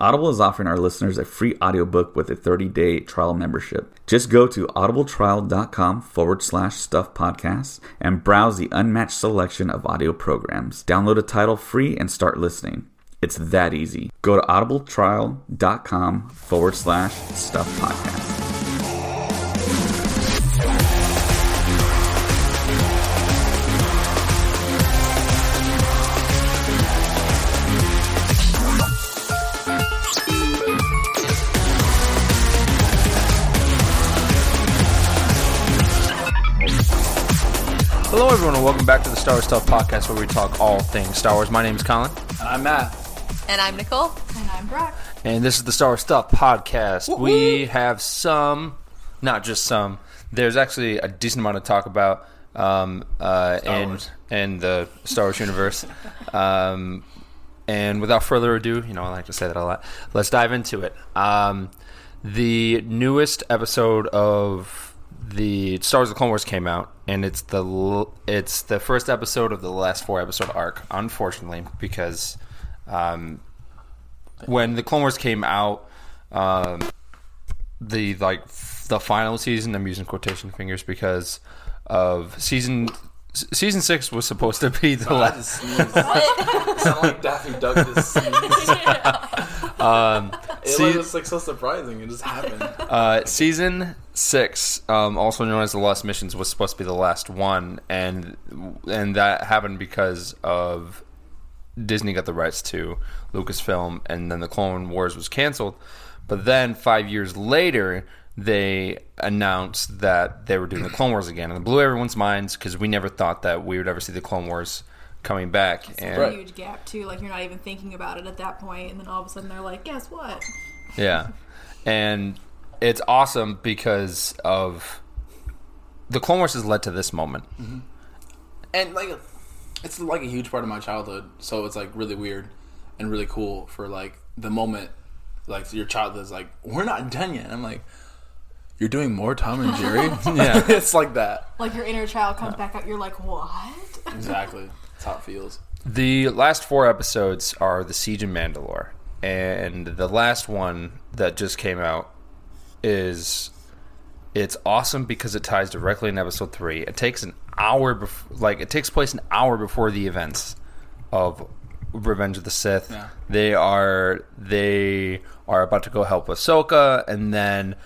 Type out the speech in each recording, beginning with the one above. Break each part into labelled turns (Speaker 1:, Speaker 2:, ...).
Speaker 1: Audible is offering our listeners a free audiobook with a 30-day trial membership. Just go to audibletrial.com forward slash stuff podcast and browse the unmatched selection of audio programs. Download a title free and start listening. It's that easy. Go to audibletrial.com forward slash stuff podcast.
Speaker 2: Hello, everyone, and welcome back to the Star Wars Stuff Podcast, where we talk all things Star Wars. My name is Colin,
Speaker 3: I'm Matt.
Speaker 4: And I'm Nicole.
Speaker 5: And I'm Brock.
Speaker 2: and this is the Star Wars Stuff Podcast. We have some, not just some. There's actually a decent amount to talk about um, uh, in
Speaker 3: Wars.
Speaker 2: in the Star Wars universe. um, and without further ado, you know I like to say that a lot. Let's dive into it. Um, the newest episode of the Star Wars: The Clone Wars came out, and it's the l- it's the first episode of the last four episode arc. Unfortunately, because um, when the Clone Wars came out, um, the like f- the final season. I'm using quotation fingers because of season s- season six was supposed to be the
Speaker 3: I
Speaker 2: last.
Speaker 3: just sneezed. Sound like Daffy Duck just sneezed. It
Speaker 2: see-
Speaker 3: was like so surprising. It just happened.
Speaker 2: Uh, season six, um, also known as the Lost Missions, was supposed to be the last one, and and that happened because of Disney got the rights to Lucasfilm, and then the Clone Wars was canceled. But then five years later, they announced that they were doing the Clone Wars again, and it blew everyone's minds because we never thought that we would ever see the Clone Wars coming back. and
Speaker 3: Right.
Speaker 5: Huge gap too. Like you're not even thinking about it at that point, and then all of a sudden they're like, "Guess what?"
Speaker 2: Yeah. And it's awesome because of the Clone Wars has led to this moment.
Speaker 3: and like it's like a huge part of my childhood so it's like really weird and really cool for like the moment like your child is like we're not done yet i'm like you're doing more tom and jerry
Speaker 2: Yeah.
Speaker 3: it's like that
Speaker 5: Like your inner child comes back out. You're like, "What?"
Speaker 3: exactly that's how it feels
Speaker 2: The last four episodes are The Siege of Mandalore. And the last one that just came out is it's awesome because it ties directly in episode three. It takes an hour bef- like it takes place an hour before the events of Revenge of the Sith.
Speaker 3: Yeah.
Speaker 2: They are they are about to go help Ahsoka, and then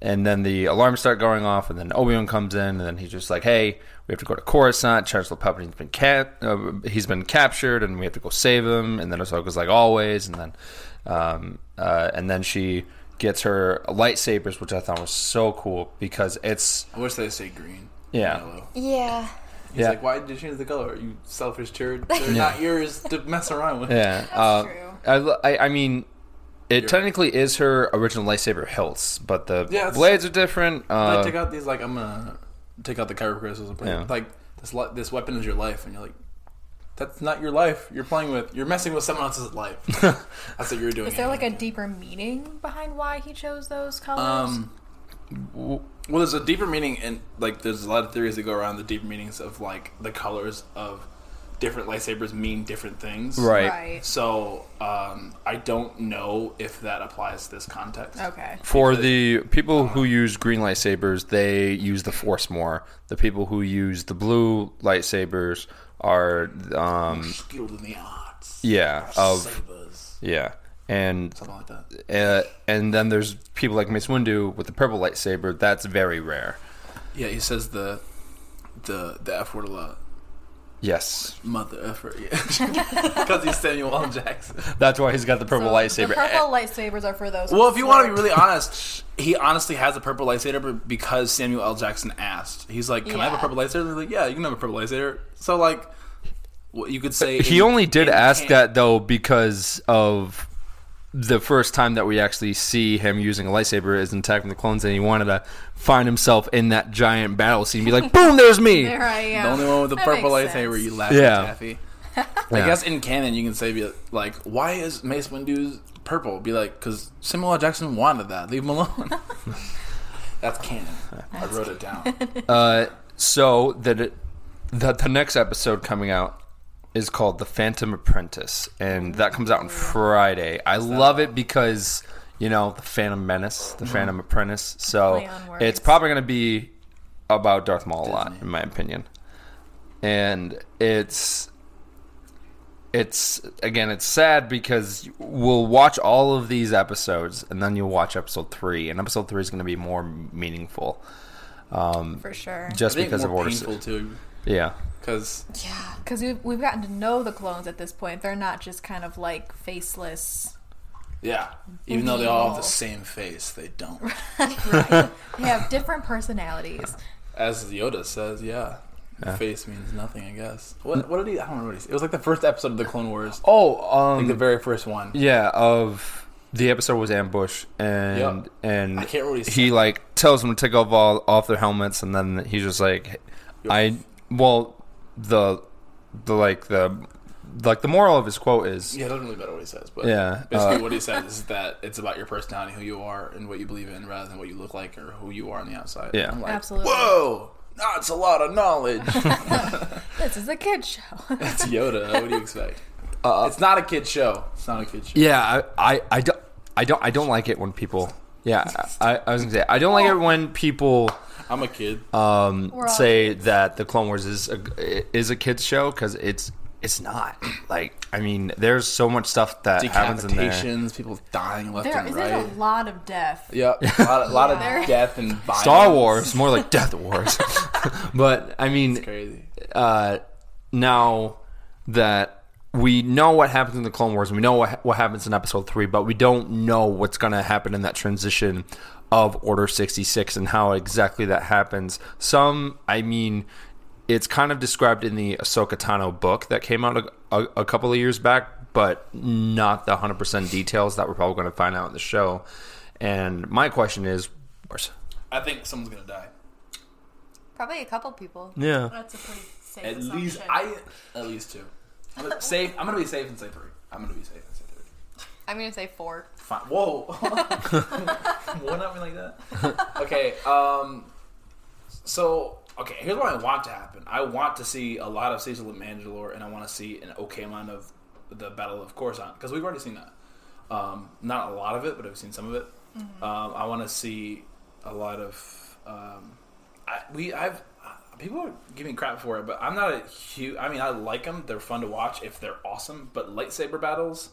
Speaker 2: and then the alarms start going off, and then Obi Wan comes in, and then he's just like, "Hey, we have to go to Coruscant. Chancellor Palpatine's been cap- uh, he's been captured, and we have to go save him." And then Ahsoka's like, "Always," and then um, uh, and then she gets her lightsabers, which I thought was so cool because it's
Speaker 3: i wish they say green
Speaker 2: Yeah.
Speaker 3: yellow.
Speaker 4: Yeah.
Speaker 3: he's
Speaker 2: Yeah.
Speaker 3: like why did you change the color you selfish turd they're not yours to mess around with
Speaker 2: yeah.
Speaker 5: That's
Speaker 2: uh,
Speaker 5: true.
Speaker 2: I, lo- I, I mean, it technically is her original lightsaber hilts, but the
Speaker 3: Yeah, it's-
Speaker 2: blades are different.
Speaker 3: I
Speaker 2: Uh,
Speaker 3: take out these like I'm gonna take out the kyber crystals and put
Speaker 2: Yeah.
Speaker 3: like this li- this weapon is your life and you're like that's not your life you're playing with you're messing with someone else's life that's what you're doing
Speaker 5: Is there like a
Speaker 3: anyway.
Speaker 5: deeper meaning behind why he chose those colors?
Speaker 3: um well there's a deeper meaning and like there's a lot of theories that go around the deeper meanings of like the colors of different lightsabers mean different things
Speaker 2: right.
Speaker 5: right.
Speaker 3: so um, I don't know if that applies to this context
Speaker 5: Okay.
Speaker 2: For the people
Speaker 3: Uh-huh.
Speaker 2: who use green lightsabers, they use the force more. The people who use the blue lightsabers are, um,
Speaker 3: skilled in the arts
Speaker 2: yeah, of
Speaker 3: sabers
Speaker 2: yeah, and
Speaker 3: something like
Speaker 2: uh,
Speaker 3: that
Speaker 2: and then there's people like Mace Windu with the purple lightsaber. That's very rare.
Speaker 3: yeah he says the the the F word a lot
Speaker 2: Yes,
Speaker 3: mother effort, yeah. Because he's Samuel L. Jackson.
Speaker 2: that's why he's got the purple
Speaker 5: So
Speaker 2: lightsaber.
Speaker 5: The purple lightsabers are for those.
Speaker 3: Well, if you want to be really honest, he honestly has a purple lightsaber because Samuel L. Jackson asked. He's like, "Can I have a
Speaker 5: Yeah.
Speaker 3: purple lightsaber?" They're like, "Yeah, you can have a purple lightsaber." So like, what you could say
Speaker 2: he
Speaker 3: in-
Speaker 2: only did
Speaker 3: in
Speaker 2: ask
Speaker 3: can-
Speaker 2: that though because of the first time that we actually see him using a lightsaber is in Attack of the Clones, and he wanted to find himself in that giant battle scene and be like, "Boom, there's me."
Speaker 5: There I am.
Speaker 3: The only one with the
Speaker 5: That
Speaker 3: purple
Speaker 5: makes
Speaker 3: lightsaber
Speaker 5: sense.
Speaker 3: you laugh
Speaker 2: Yeah.
Speaker 3: at Taffy.
Speaker 2: Yeah.
Speaker 3: I guess in canon you can say like, why is Mace Windu's purple? Be like, because Samuel L. Jackson wanted that. Leave him alone. That's canon. I wrote it down.
Speaker 2: Uh, so that it, the the next episode coming out is called The Phantom Apprentice, and that comes out
Speaker 3: Mm.
Speaker 2: on Friday. I love it because you know the Phantom Menace,
Speaker 3: Mm-hmm.
Speaker 2: the Phantom Apprentice. So
Speaker 5: Play on words.
Speaker 2: it's probably going to be about Darth Maul a lot, in my opinion. And it's it's again it's sad because we'll watch all of these episodes and then you'll watch episode three and episode three is going to be more meaningful
Speaker 5: for sure.
Speaker 3: I
Speaker 2: just
Speaker 3: think
Speaker 2: because
Speaker 3: more
Speaker 2: of order
Speaker 3: painful too,
Speaker 2: yeah
Speaker 3: because
Speaker 5: Yeah, because we've, we've gotten to know the clones at this point. They're not just kind of like faceless.
Speaker 3: yeah, even though they all have the same face, they don't.
Speaker 5: They have different personalities.
Speaker 3: As Yoda says, yeah. the Face means nothing, I guess. What, what did he? I don't remember. What he said. It was like the first episode of the Clone Wars,
Speaker 2: oh um
Speaker 3: like the very first one.
Speaker 2: yeah of the episode was ambush and
Speaker 3: Yep.
Speaker 2: and
Speaker 3: I can't really
Speaker 2: he
Speaker 3: say.
Speaker 2: like tells them to take off all off their helmets and then he's just like i well the the like the like the moral of his quote is
Speaker 3: Yeah, it doesn't really matter what he says, but
Speaker 2: Yeah,
Speaker 3: basically
Speaker 2: uh,
Speaker 3: what he says is that it's about your personality, who you are, and what you believe in, rather than what you look like or who you are on the outside.
Speaker 2: Yeah.
Speaker 3: I'm like,
Speaker 5: Absolutely.
Speaker 3: Whoa, that's a lot of knowledge.
Speaker 5: This is a kid show.
Speaker 3: That's Yoda. What do you expect? it's not a kid show. It's not a kid show.
Speaker 2: Yeah, I, I, I don't, I don't, I don't like it when people. Yeah, I, I was gonna say I don't like it when people
Speaker 3: I'm a kid.
Speaker 2: um,
Speaker 5: We're all
Speaker 2: say that the Clone Wars is a, is a kids show because it's it's not. Like, I mean, there's so much stuff that happens in there.
Speaker 3: Decapitations, people dying left
Speaker 5: There
Speaker 3: and
Speaker 5: is
Speaker 3: right.
Speaker 5: a lot of death.
Speaker 3: Yeah, a lot, a lot
Speaker 5: Yeah.
Speaker 3: of death and violence.
Speaker 2: Star Wars, more like Death Wars. but I mean,
Speaker 3: Crazy.
Speaker 2: uh, now that we know what happens in the Clone Wars, and we know what, what happens in Episode Three, but we don't know what's going to happen in that transition of Order sixty six and how exactly that happens. Some, I mean, it's kind of described in the Ahsoka Tano book that came out a, a, a couple of years back, but not the hundred percent details that we're probably going to find out in the show. And my question is,
Speaker 3: I think someone's gonna die.
Speaker 4: Probably a couple people.
Speaker 2: yeah,
Speaker 5: That's a pretty safe
Speaker 3: At least I. At least two. I'm gonna, safe. I'm gonna be safe and say three. I'm gonna be safe and say three.
Speaker 4: I'm gonna say four.
Speaker 3: Fine. Whoa. One up me like that. Okay. Um. So okay, here's what I want to happen. I want to see a lot of Cecil and Mandalore, and I want to see an okay amount of the Battle of Coruscant because we've already seen that. Um, not a lot of it, but I've seen some of it. Um, I want to see a lot of. Um, I, we I've uh, people are giving crap for it, but I'm not a huge. I mean, I like them. They're fun to watch if they're awesome. But lightsaber battles,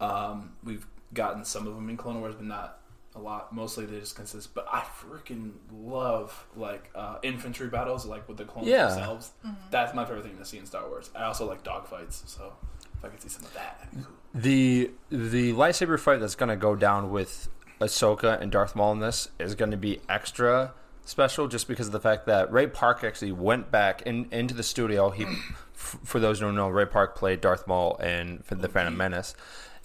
Speaker 3: um, we've gotten some of them in Clone Wars, but not a lot. Mostly they just consist. But I freaking love like uh, infantry battles, like with the clones
Speaker 2: Yeah.
Speaker 3: themselves. That's my favorite thing to see in Star Wars. I also like dogfights, so if I could see some of that, that'd be cool.
Speaker 2: The the lightsaber fight that's gonna go down with Ahsoka and Darth Maul in this is gonna be extra special just because of the fact that Ray Park actually went back in, into the studio. He, f- for those who don't know, Ray Park played Darth Maul in the Phantom Menace,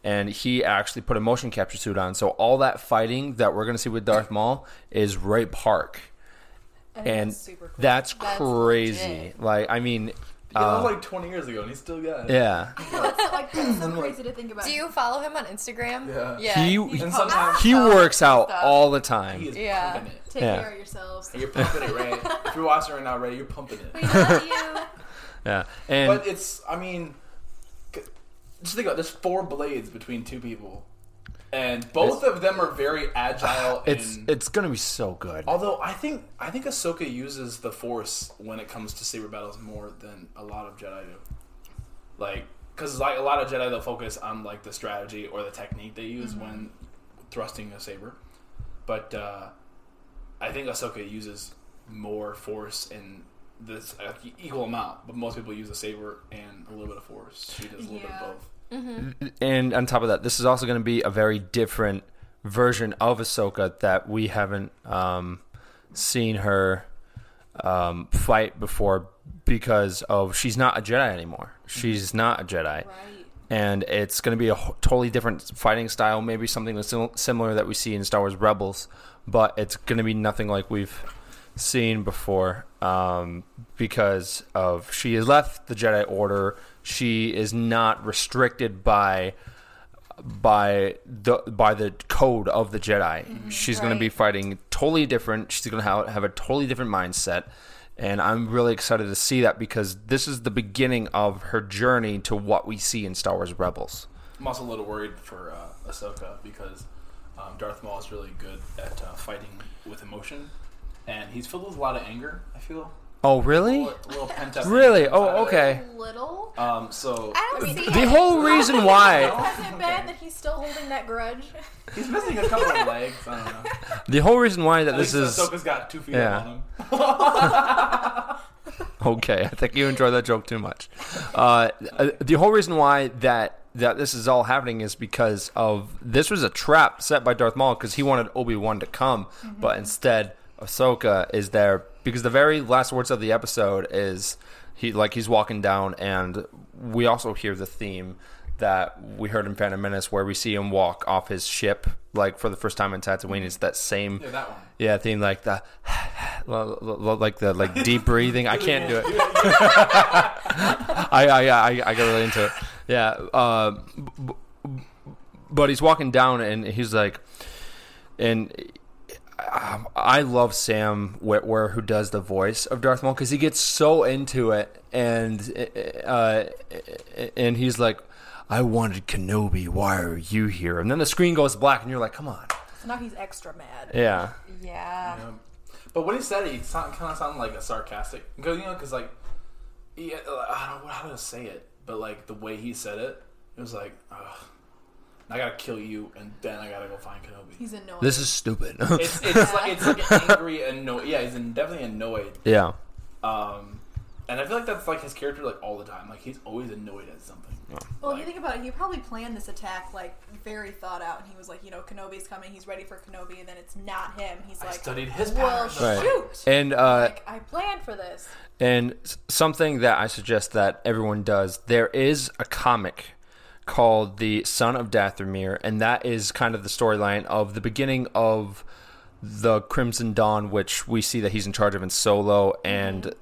Speaker 2: and he actually put a motion capture suit on. So all that fighting that we're gonna see with Darth Maul is Ray Park, and that's,
Speaker 5: super cool.
Speaker 4: That's
Speaker 2: crazy.
Speaker 4: legit.
Speaker 2: Like I mean,
Speaker 3: Yeah, that
Speaker 2: uh,
Speaker 3: was like 20 years ago, and he's still got it.
Speaker 2: yeah.
Speaker 5: like that's so crazy to think about.
Speaker 4: Do you follow him on Instagram?
Speaker 3: Yeah.
Speaker 2: He
Speaker 3: uh, And sometimes
Speaker 2: he works out
Speaker 4: Stuff.
Speaker 2: all the time.
Speaker 3: he is
Speaker 4: Yeah.
Speaker 3: pumping it.
Speaker 5: take
Speaker 2: Ah! Yeah.
Speaker 5: care of yourselves?
Speaker 3: You're pumping it, Ray. if you're watching right now, Ray, you're pumping it.
Speaker 5: We love you.
Speaker 2: Yeah, and
Speaker 3: But it's, I mean, c- just think about it. There's four blades between two people, and both of them are very agile.
Speaker 2: it's
Speaker 3: and,
Speaker 2: it's gonna be so good.
Speaker 3: although I think I think Ahsoka uses the Force when it comes to saber battles more than a lot of Jedi do. Like, because like a lot of Jedi, they'll focus on like the strategy or the technique they use when thrusting a saber. But uh, I think Ahsoka uses more Force in this uh, equal amount, but most people use a saber and a little bit of Force. She does a little bit
Speaker 5: Yeah.
Speaker 3: of both.
Speaker 2: And on top of that, this is also gonna be a very different version of Ahsoka that we haven't um, seen her um, fight before because of she's not a Jedi anymore. She's not a Jedi.
Speaker 5: Right.
Speaker 2: and it's going to be a wh- totally different fighting style, maybe something that's sim- similar that we see in Star Wars Rebels, but it's going to be nothing like we've seen before um, because of she has left the Jedi Order. She is not restricted by by the by the code of the Jedi. She's going to be
Speaker 4: Right.
Speaker 2: fighting totally different. She's going to have, have a totally different mindset. And I'm really excited to see that because this is the beginning of her journey to what we see in Star Wars Rebels.
Speaker 3: I'm also a little worried for uh, Ahsoka because um, Darth Maul is really good at uh, fighting with emotion, and he's filled with a lot of anger. I feel
Speaker 2: Oh,
Speaker 3: a
Speaker 2: really?
Speaker 3: little, a little pent up.
Speaker 2: Really? Oh, okay.
Speaker 4: Little?
Speaker 3: Um, so
Speaker 4: I don't see
Speaker 2: The
Speaker 4: it.
Speaker 2: whole reason why
Speaker 5: Hasn't it bad that he's still holding that grudge?
Speaker 3: he's missing a couple of legs. I don't know.
Speaker 2: the whole reason why that
Speaker 3: At
Speaker 2: this
Speaker 3: least
Speaker 2: is
Speaker 3: Ahsoka's got two feet
Speaker 2: Yeah.
Speaker 3: on him.
Speaker 2: okay. I think you enjoy that joke too much. Uh, uh, the whole reason why that that this is all happening is because of this was a trap set by Darth Maul because he wanted Obi Wan to come,
Speaker 3: Mm-hmm.
Speaker 2: but instead Ahsoka is there because the very last words of the episode is he like he's walking down and we also hear the theme that we heard in Phantom Menace where we see him walk off his ship like for the first time in Tatooine. It's that same
Speaker 3: Mm-hmm. Yeah, that one.
Speaker 2: yeah, theme like the l- l- l- like the like deep breathing. I can't do it. I I I, I got really into it. Yeah, uh, b- b- but he's walking down and he's like, and I, I love Sam Witwer who does the voice of Darth Maul because he gets so into it and uh, and he's like, I wanted Kenobi. Why are you here? And then the screen goes black and you're like, come on.
Speaker 5: So now he's extra mad.
Speaker 2: Yeah.
Speaker 4: Yeah.
Speaker 3: Um, but when he said it, he sound, kind of sounded like a sarcastic. Because, you know, because, like, yeah, like, I don't know how to say it, but, like, the way he said it, it was like, ugh. I gotta kill you, and then I gotta go find Kenobi.
Speaker 5: He's annoying.
Speaker 2: This is stupid.
Speaker 3: It's, it's like it's like angry and annoyed. Yeah, he's definitely annoyed.
Speaker 2: yeah.
Speaker 3: Um, and I feel like that's like his character like all the time. Like he's always annoyed at something.
Speaker 5: well, if you think about it, he probably planned this attack like very thought out, and he was like, you know, Kenobi's coming, he's ready for Kenobi, and then it's not him. He's
Speaker 3: I
Speaker 5: like,
Speaker 3: studied his
Speaker 5: well,
Speaker 3: patterns.
Speaker 2: Right.
Speaker 5: shoot,
Speaker 2: And uh,
Speaker 5: like I planned for this.
Speaker 2: and s- something that I suggest that everyone does. There is a comic called The Son of Dathomir, and that is kind of the storyline of the beginning of the Crimson Dawn, which we see that he's in charge of in Solo, and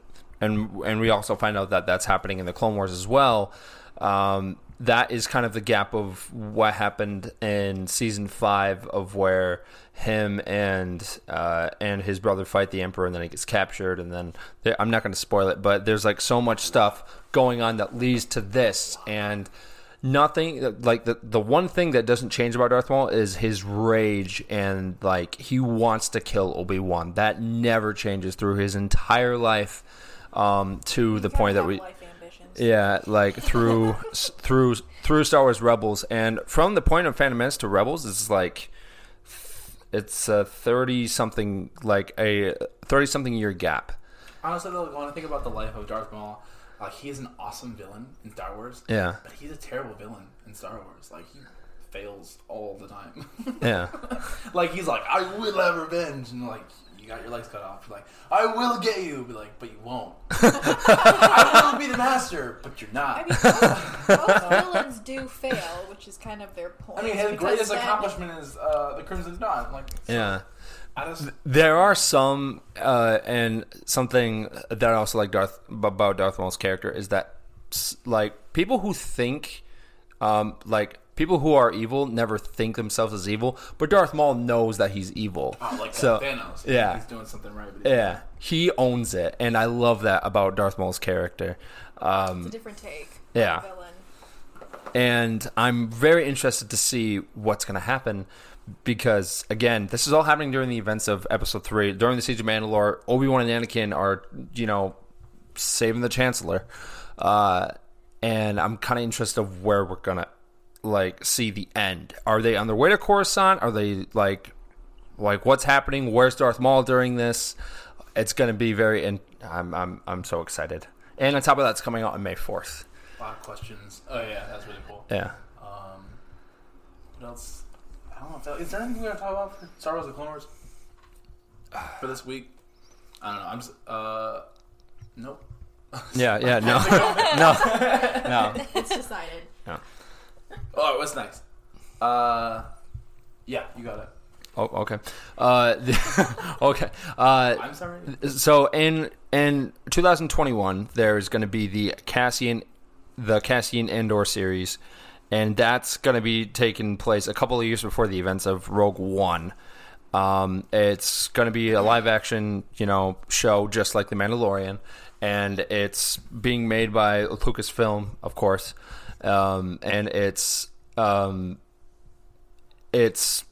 Speaker 2: and and we also find out that that's happening in the Clone Wars as well. Um, that is kind of the gap of what happened in season five of where him and uh, and his brother fight the emperor and then he gets captured and then there, I'm not going to spoil it but there's like so much stuff going on that leads to this and nothing like the the one thing that doesn't change about Darth Maul is his rage and like he wants to kill Obi Wan that never changes through his entire life um, to the
Speaker 5: He's gotta
Speaker 2: point that
Speaker 5: have
Speaker 2: we
Speaker 5: life ambitions.
Speaker 2: yeah, like through s- through through Star Wars Rebels, and from the point of Phantom Menace to Rebels is like it's a thirty something like a thirty something year gap.
Speaker 3: Honestly, though, when I think about the life of Darth Maul, like he is an awesome villain in Star Wars.
Speaker 2: Yeah.
Speaker 3: but he's a terrible villain in Star Wars. Like he fails all the time.
Speaker 2: Yeah,
Speaker 3: like he's like, I will have revenge, and like you got your legs cut off. You're like, I will get you. Be like, but you won't. I will be the master, but you're
Speaker 5: I
Speaker 3: not.
Speaker 5: mean, most, most villains do fail, which is kind of their point.
Speaker 3: I mean, his
Speaker 5: because
Speaker 3: greatest
Speaker 5: then-
Speaker 3: accomplishment is uh, the Crimson Dawn. Like,
Speaker 2: yeah.
Speaker 3: I just
Speaker 2: There are some, uh, and something that I also like Darth about Darth Maul's character is that s- like people who think, um, like people who are evil never think themselves as evil, but Darth Maul knows that he's evil.
Speaker 3: oh, like
Speaker 2: so
Speaker 3: uh, Thanos.
Speaker 2: yeah.
Speaker 3: he's doing something right. But he-
Speaker 2: Yeah, he owns it, and I love that about Darth Maul's character.
Speaker 5: It's a
Speaker 2: Um,
Speaker 5: different take.
Speaker 2: Yeah.
Speaker 5: Villain.
Speaker 2: and I'm very interested to see what's going to happen because, again, this is all happening during the events of Episode Three, during the Siege of Mandalore. Obi Wan and Anakin are, you know, saving the Chancellor, uh, and I'm kind of interested of where we're gonna like see the end. Are they on their way to Coruscant? Are they like like what's happening where's darth maul during this it's going to be very and I'm, I'm i'm so excited and on top of that it's coming out on may 4th
Speaker 3: a lot of questions. Oh yeah, that's really cool.
Speaker 2: yeah
Speaker 3: Um, what else? I don't know. If that, is there anything we want to talk about for Star Wars: The Clone Wars for this week? I don't know. I'm just, uh, nope.
Speaker 2: yeah yeah no no no
Speaker 5: It's decided.
Speaker 3: Oh, what's next? Uh, yeah, you got it.
Speaker 2: Oh, okay. Uh, okay. Uh,
Speaker 3: I'm sorry.
Speaker 2: so in in 2021 there's going to be the cassian the cassian indoor series and that's going to be taking place a couple of years before the events of rogue one um, it's going to be a live action you know show just like the mandalorian and it's being made by lucasfilm of course um, and it's um, it's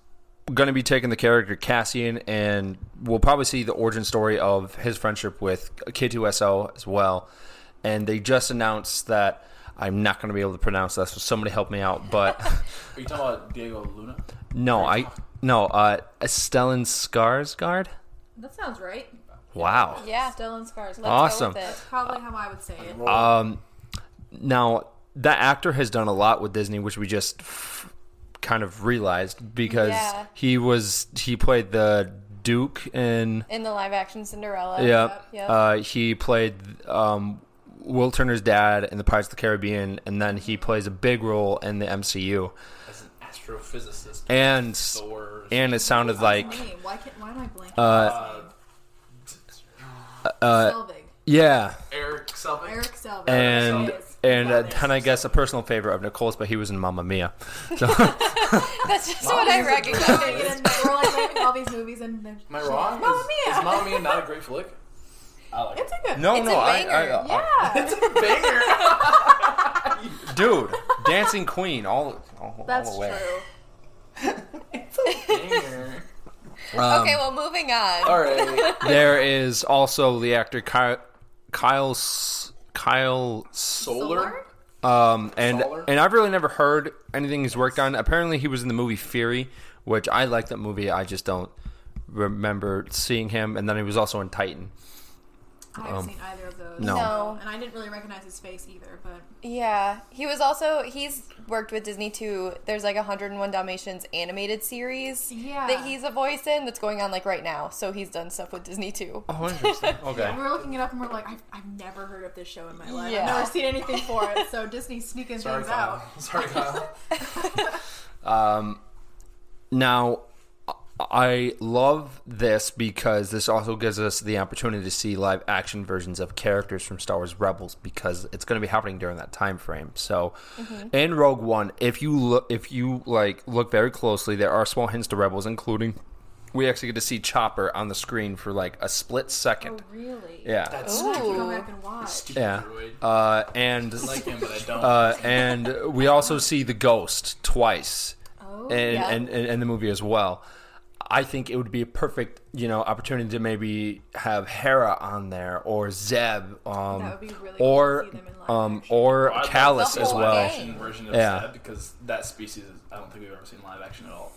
Speaker 2: going to be taking the character Cassian, and we'll probably see the origin story of his friendship with K2SO as well. And they just announced that I'm not going to be able to pronounce that, so somebody help me out. But
Speaker 3: Are you talking about Diego Luna?
Speaker 2: no, I no, uh, Stellan Skarsgård.
Speaker 5: That sounds right.
Speaker 2: Wow.
Speaker 4: Yeah.
Speaker 5: Stellan Skarsgård.
Speaker 4: Let's
Speaker 2: Awesome.
Speaker 4: Go with it.
Speaker 5: That's probably how I would say it.
Speaker 2: Now that actor has done a lot with Disney, which we just f- kind of realized because
Speaker 4: Yeah.
Speaker 2: he was he played the Duke in
Speaker 4: In the live action Cinderella.
Speaker 2: Yeah.
Speaker 4: Yep.
Speaker 2: Uh, he played um, Will Turner's dad in the Pirates of the Caribbean, and then he plays a big role in the MCU.
Speaker 3: As an astrophysicist.
Speaker 2: And
Speaker 3: Thor.
Speaker 2: and it sounded like
Speaker 5: Wait, why can't? Why am I blanking?
Speaker 2: Uh,
Speaker 5: on his name? Selvig.
Speaker 2: yeah,
Speaker 3: Eric Selvig.
Speaker 5: Eric Selvig.
Speaker 2: and
Speaker 5: There it is.
Speaker 2: and uh,
Speaker 5: Wow,
Speaker 2: then I guess a personal favorite of Nicole's, but he was in Mamma Mia. So
Speaker 4: That's just what I
Speaker 5: there's-
Speaker 4: recognize.
Speaker 5: and we're like naming all these movies and they're-
Speaker 3: Am I wrong?
Speaker 5: Mamma
Speaker 3: Is-
Speaker 5: Mia.
Speaker 3: Is Mamma Mia not a great flick? I like it.
Speaker 5: It's a good.
Speaker 2: no,
Speaker 4: It's
Speaker 2: no,
Speaker 4: a
Speaker 2: I, uh, I,
Speaker 4: banger,
Speaker 2: I-
Speaker 5: Yeah,
Speaker 3: Banger.
Speaker 2: dude, Dancing Queen, all all, all
Speaker 5: that's
Speaker 2: the way.
Speaker 5: true.
Speaker 3: Banger.
Speaker 4: okay, well, moving on.
Speaker 3: All right.
Speaker 2: There is also the actor Kyle Kyle S- Kyle
Speaker 3: Solar.
Speaker 2: Um, and
Speaker 3: Solar?
Speaker 2: and I've really never heard anything he's worked on. Apparently, he was in the movie Fury, which I like that movie. I just don't remember seeing him. And then he was also in Titan.
Speaker 5: I haven't seen either of those.
Speaker 2: Um, no.
Speaker 4: No.
Speaker 5: and I didn't really recognize his face either. But
Speaker 4: Yeah, he was also he's worked with Disney too. There's like 101 Dalmatians animated series
Speaker 5: Yeah.
Speaker 4: that he's a voice in that's going on like right now. So he's done stuff with Disney too.
Speaker 2: Oh, interesting. Okay.
Speaker 5: we were looking it up and we're like, I've, I've never heard of this show in my life.
Speaker 4: Yeah.
Speaker 5: I've never seen anything for it. So Disney's sneaking
Speaker 3: Sorry,
Speaker 5: things out.
Speaker 3: Kyle. Sorry, Kyle.
Speaker 2: Now, I love this because this also gives us the opportunity to see live action versions of characters from Star Wars Rebels because it's going to be happening during that time frame. So, in Rogue One, if you look, if you like look very closely, there are small hints to Rebels, including we actually get to see Chopper on the screen for like a split second.
Speaker 5: Really?
Speaker 2: Yeah,
Speaker 3: That's
Speaker 5: I have to go
Speaker 4: Ooh.
Speaker 5: back and watch.
Speaker 3: stupid.
Speaker 2: yeah,
Speaker 3: Droid.
Speaker 2: uh, and
Speaker 3: I like him, but I don't.
Speaker 2: uh, and we also see the ghost twice
Speaker 5: Oh,
Speaker 2: in,
Speaker 4: yeah.
Speaker 2: in, in, in the movie as well. I think it would be a perfect, you know, opportunity to maybe have Hera on there or Zeb, um,
Speaker 5: That would be really cool
Speaker 2: or
Speaker 5: to see them in live
Speaker 2: um,
Speaker 5: action.
Speaker 2: or
Speaker 3: Well, I'd love to
Speaker 2: Callus
Speaker 3: see
Speaker 2: as
Speaker 4: The
Speaker 3: a
Speaker 4: whole
Speaker 2: well.
Speaker 4: gang.
Speaker 3: live-action version of
Speaker 2: Yeah.
Speaker 3: yeah. because that species, is, I don't think we've ever seen live action at all.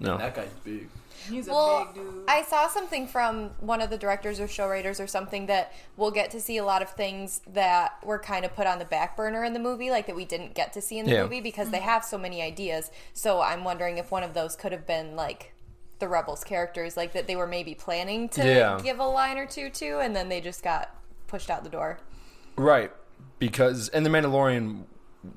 Speaker 2: No.
Speaker 3: That guy's big.
Speaker 5: He's a
Speaker 4: Well,
Speaker 5: big dude.
Speaker 4: I saw something from one of the directors or show writers or something that we'll get to see a lot of things that were kind of put on the back burner in the movie, like that we didn't get to see in the
Speaker 2: Yeah.
Speaker 4: movie because
Speaker 3: Mm-hmm.
Speaker 4: they have so many ideas. So I'm wondering if one of those could have been like the Rebels characters, like that they were maybe planning to
Speaker 2: Yeah.
Speaker 4: give a line or two to, and then they just got pushed out the door.
Speaker 2: Right, because in the Mandalorian,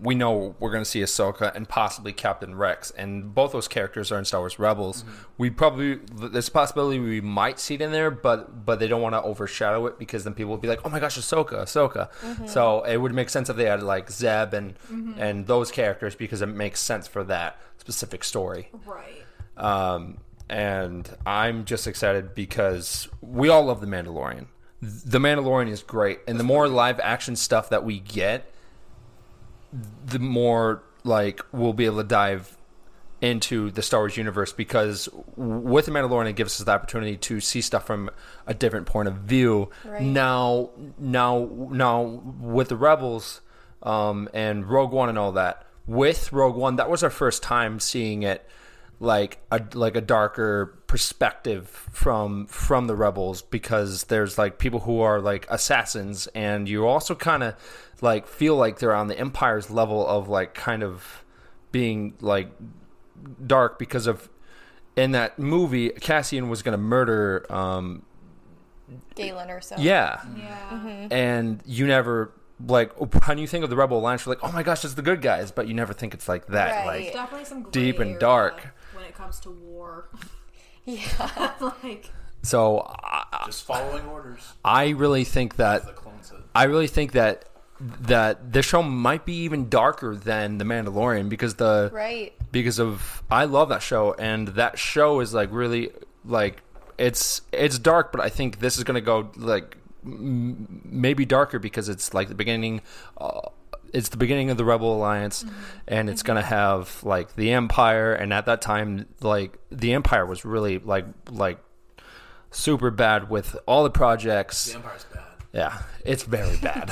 Speaker 2: we know we're going to see Ahsoka and possibly Captain Rex, and both those characters are in Star Wars Rebels. We probably there's a possibility we might see it in there, but but they don't want to overshadow it because then people will be like, oh my gosh, Ahsoka, Ahsoka. So it would make sense if they had like Zeb and and those characters because it makes sense for that specific story.
Speaker 5: right.
Speaker 2: Um, and I'm just excited because we all love The Mandalorian. The Mandalorian is great, and the more live action stuff that we get, the more like we'll be able to dive into the Star Wars universe because with the Mandalorian, it gives us the opportunity to see stuff from a different point of view.
Speaker 4: Right.
Speaker 2: Now, now, now with the Rebels um, and Rogue One and all that. With Rogue One, that was our first time seeing it like a like a darker perspective from from the rebels because there's like people who are like assassins and you also kind of like feel like they're on the empire's level of like kind of being like dark because of in that movie Cassian was going to murder um
Speaker 4: Galen or so.
Speaker 2: yeah
Speaker 5: Yeah.
Speaker 2: and you never like when you think of the Rebel Alliance, you're like, oh my gosh, it's the good guys, but you never think it's like that.
Speaker 4: Right.
Speaker 2: Like,
Speaker 5: Definitely some gray
Speaker 2: Deep and
Speaker 5: area
Speaker 2: dark.
Speaker 5: when it comes to war.
Speaker 4: Yeah.
Speaker 5: like
Speaker 2: so I,
Speaker 3: Just following orders.
Speaker 2: I really think that
Speaker 3: The clone said.
Speaker 2: I really think that that this show might be even darker than The Mandalorian because the
Speaker 4: Right.
Speaker 2: because of I love that show and that show is like really like it's it's dark but I think this is going to go like m- maybe darker because it's like the beginning uh, it's the beginning of the Rebel Alliance and it's going to have like the empire and at that time like the empire was really like like super bad with all the projects
Speaker 3: The Empire's bad.
Speaker 2: yeah, it's very bad.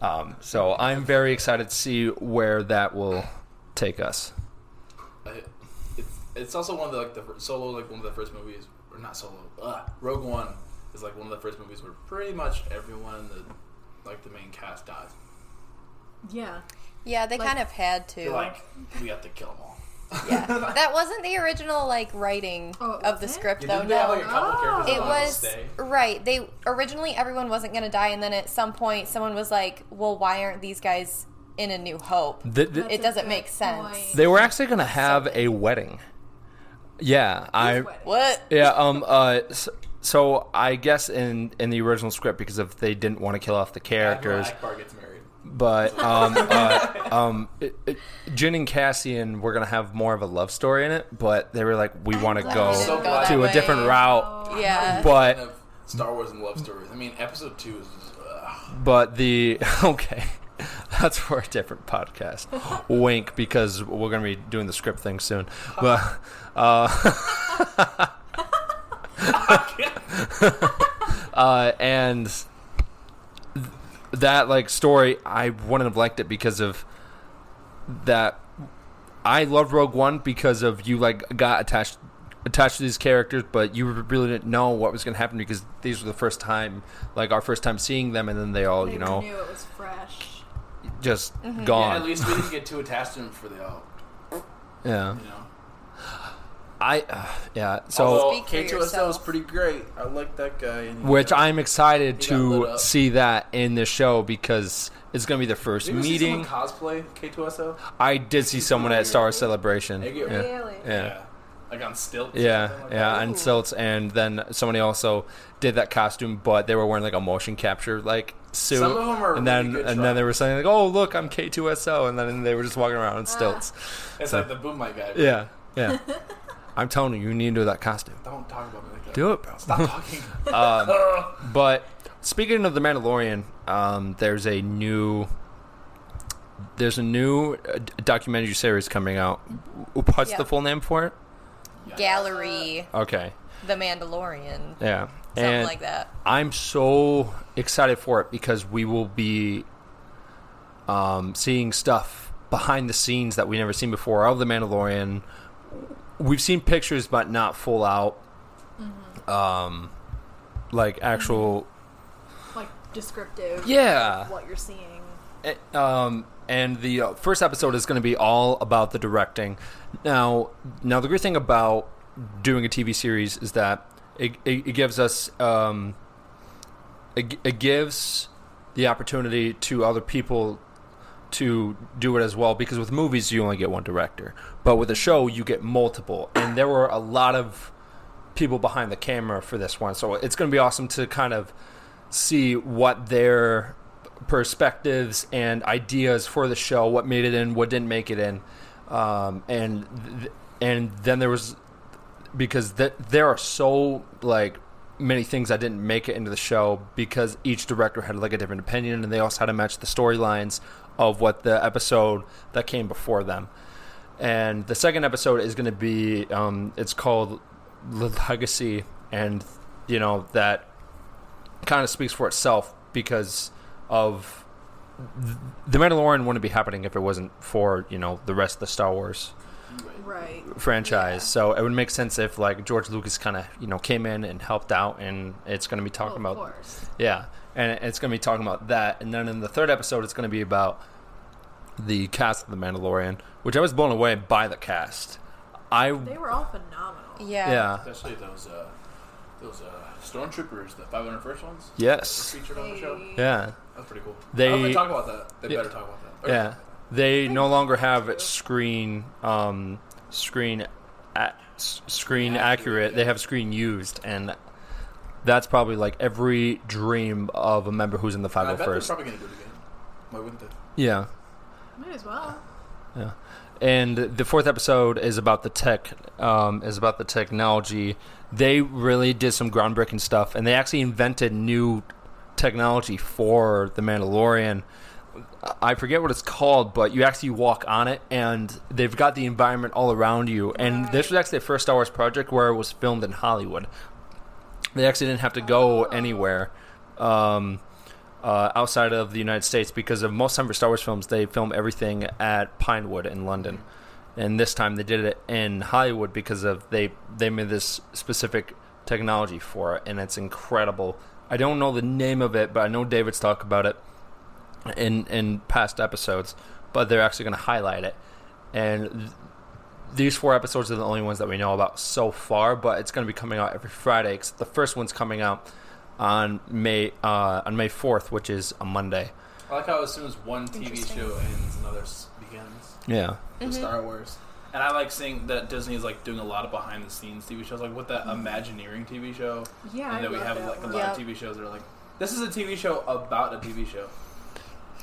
Speaker 2: um, so I'm very excited to see where that will take us.
Speaker 3: I- it's, it's also one of the, like the fir- solo like one of the first movies or not solo uh, rogue one is like one of the first movies where pretty much everyone in the like the main cast dies
Speaker 5: yeah.
Speaker 4: Yeah, they
Speaker 5: Like-
Speaker 4: kind of had to.
Speaker 3: They're like we have to kill them all
Speaker 4: yeah. That wasn't the original like writing
Speaker 5: Oh,
Speaker 4: of
Speaker 5: it
Speaker 4: the
Speaker 5: wasn't?
Speaker 4: script
Speaker 3: yeah,
Speaker 4: though.
Speaker 3: didn't they
Speaker 4: no.
Speaker 3: have like a couple of characters
Speaker 4: It
Speaker 3: that
Speaker 4: was
Speaker 3: Oh, stay?
Speaker 4: right. They originally everyone wasn't going to die, and then at some point, someone was like, "Well, why aren't these guys in A New Hope?"
Speaker 2: Th- th-
Speaker 5: That's
Speaker 4: It
Speaker 5: a
Speaker 4: doesn't
Speaker 5: good
Speaker 4: make sense.
Speaker 5: point.
Speaker 2: they were actually going to have a wedding. Yeah, I.
Speaker 5: Wedding.
Speaker 4: what?
Speaker 2: Yeah. Um. Uh. s- So I guess in in the original script because if they didn't want to kill off the characters,
Speaker 3: Akbar gets married
Speaker 2: but um, uh, um, it, it, Jin and Cassian were gonna have more of a love story in it, but they were like, we want to
Speaker 5: glad
Speaker 2: go
Speaker 5: they didn't
Speaker 3: go that
Speaker 2: to a
Speaker 4: way.
Speaker 2: different route.
Speaker 4: Yeah.
Speaker 2: But
Speaker 3: Kind of Star Wars and love stories I mean episode two is just, ugh.
Speaker 2: But the okay, that's for a different podcast. Wink, because we're gonna be doing the script thing soon. But uh, uh, and th- that like story, I wouldn't have liked it because of that. I loved Rogue One because of you like got attached attached to these characters, but you really didn't know what was going to happen because these were the first time, like our first time seeing them, and then they all,
Speaker 5: They
Speaker 2: you know,
Speaker 5: knew Mm-hmm. it was fresh.
Speaker 2: just
Speaker 3: yeah, at
Speaker 2: gone.
Speaker 3: least we didn't get too attached to him for the all
Speaker 2: Yeah,
Speaker 3: you know
Speaker 2: I, uh, yeah. So,
Speaker 3: although
Speaker 4: Speak for
Speaker 3: K2SO is
Speaker 4: yourself.
Speaker 3: pretty great I like that guy and, uh,
Speaker 2: which I'm excited
Speaker 3: He got lit
Speaker 2: to
Speaker 3: up.
Speaker 2: see that in the show because it's going to be the first
Speaker 3: Did you ever see
Speaker 2: meeting.
Speaker 3: someone cosplay K2SO
Speaker 2: I did see someone at Star Celebration.
Speaker 3: They get-
Speaker 2: Yeah.
Speaker 5: Really?
Speaker 2: Yeah.
Speaker 3: like on stilts or
Speaker 2: Yeah,
Speaker 3: something like
Speaker 2: yeah,
Speaker 3: that.
Speaker 2: and silts, and then somebody also did that costume, but they were wearing like a motion capture like suit.
Speaker 3: Some of 'em are
Speaker 2: and then
Speaker 3: really good
Speaker 2: and
Speaker 3: try.
Speaker 2: then they were saying like, "Oh, look, I'm K2SO," and then they were just walking
Speaker 3: Ah.
Speaker 2: around on stilts.
Speaker 3: it's like the boom mic guy
Speaker 2: yeah, yeah. I'm telling you, you need to do that costume.
Speaker 3: Don't talk about me like that.
Speaker 2: Do it, bro.
Speaker 3: Stop talking.
Speaker 2: But speaking of the Mandalorian, um, there's a new there's a new uh, d- documentary series coming out. W- What's
Speaker 4: Yeah.
Speaker 2: the full name for it?
Speaker 4: Gallery,
Speaker 2: Okay,
Speaker 4: The Mandalorian, something
Speaker 2: yeah, and
Speaker 4: like that.
Speaker 2: I'm so excited for it because we will be um, seeing stuff behind the scenes that we never seen before of the Mandalorian. We've seen pictures, but not full out,
Speaker 4: Mm-hmm.
Speaker 2: um, like actual
Speaker 5: Like descriptive.
Speaker 2: Yeah.
Speaker 5: of What you're seeing.
Speaker 2: It- um, and the uh, first episode is going to be all about the directing. Now, now the great thing about doing a TV series is that it, it, it gives us um, it, it gives the opportunity to other people to do it as well because with movies you only get one director but with a show you get multiple and there were a lot of people behind the camera for this one so it's going to be awesome to kind of see what their perspectives and ideas for the show what made it in what didn't make it in um, and th- and then there was because th- there are so like many things that didn't make it into the show because each director had like a different opinion and they also had to match the storylines of what the episode that came before them and the second episode is going to be um, it's called Le- legacy and you know that kind of speaks for itself because of the mandalorian wouldn't be happening if it wasn't for you know the rest of the star wars
Speaker 5: Right.
Speaker 2: franchise. So it would make sense if like George Lucas kind of you know came in and helped out, and it's going to be
Speaker 5: Oh,
Speaker 2: talking
Speaker 5: of
Speaker 2: about
Speaker 5: course.
Speaker 2: yeah, and it's going to be talking about that. And then in the third episode, it's going to be about the cast of the Mandalorian, which I was blown away by the cast. I
Speaker 5: They were all phenomenal.
Speaker 4: Yeah.
Speaker 2: yeah
Speaker 3: Especially those uh, those uh, stormtroopers, the 501st ones.
Speaker 2: yes
Speaker 3: Featured on the show.
Speaker 2: yeah.
Speaker 3: That That's pretty cool.
Speaker 2: They-
Speaker 3: I don't think they talk about that. They better talk about that. Or-
Speaker 2: Yeah, they no longer have screen um, screen a- s- screen accurate. They have screen used, and that's probably like every dream of a member who's in the five
Speaker 3: I
Speaker 2: hundred
Speaker 3: bet they're
Speaker 2: first.
Speaker 3: probably gonna do it again. Why wouldn't they?
Speaker 2: Yeah,
Speaker 5: Might as well.
Speaker 2: and the fourth episode is about the tech um, is about the technology they really did some groundbreaking stuff and they actually invented new technology for the mandalorian i forget what it's called but you actually walk on it and they've got the environment all around you and this was actually the first star wars project where it was filmed in hollywood they actually didn't have to go anywhere um, uh, outside of the United States because of most time for Star Wars films, they film everything at Pinewood in London, and this time they did it in Hollywood because of they they made this specific technology for it, and it's incredible. I don't know the name of it, but I know David's talked about it in in past episodes, but they're actually going to highlight it. And th- these four episodes are the only ones that we know about so far, but it's going to be coming out every Friday. 'cause the first one's coming out on May uh, on May fourth, which is a Monday.
Speaker 3: I like how as soon as one TV
Speaker 4: Interesting.
Speaker 3: show ends, another s- begins.
Speaker 2: Yeah,
Speaker 4: Mm-hmm.
Speaker 3: with Star Wars. And I like seeing that Disney is like doing a lot of behind the scenes TV shows, like with that
Speaker 4: Mm-hmm.
Speaker 3: Imagineering TV show.
Speaker 5: Yeah,
Speaker 3: and
Speaker 5: I
Speaker 3: then we
Speaker 5: love
Speaker 3: have
Speaker 5: that
Speaker 3: like a
Speaker 5: one.
Speaker 3: lot of
Speaker 4: Yep.
Speaker 3: TV shows that are like, this is a TV show about a TV show.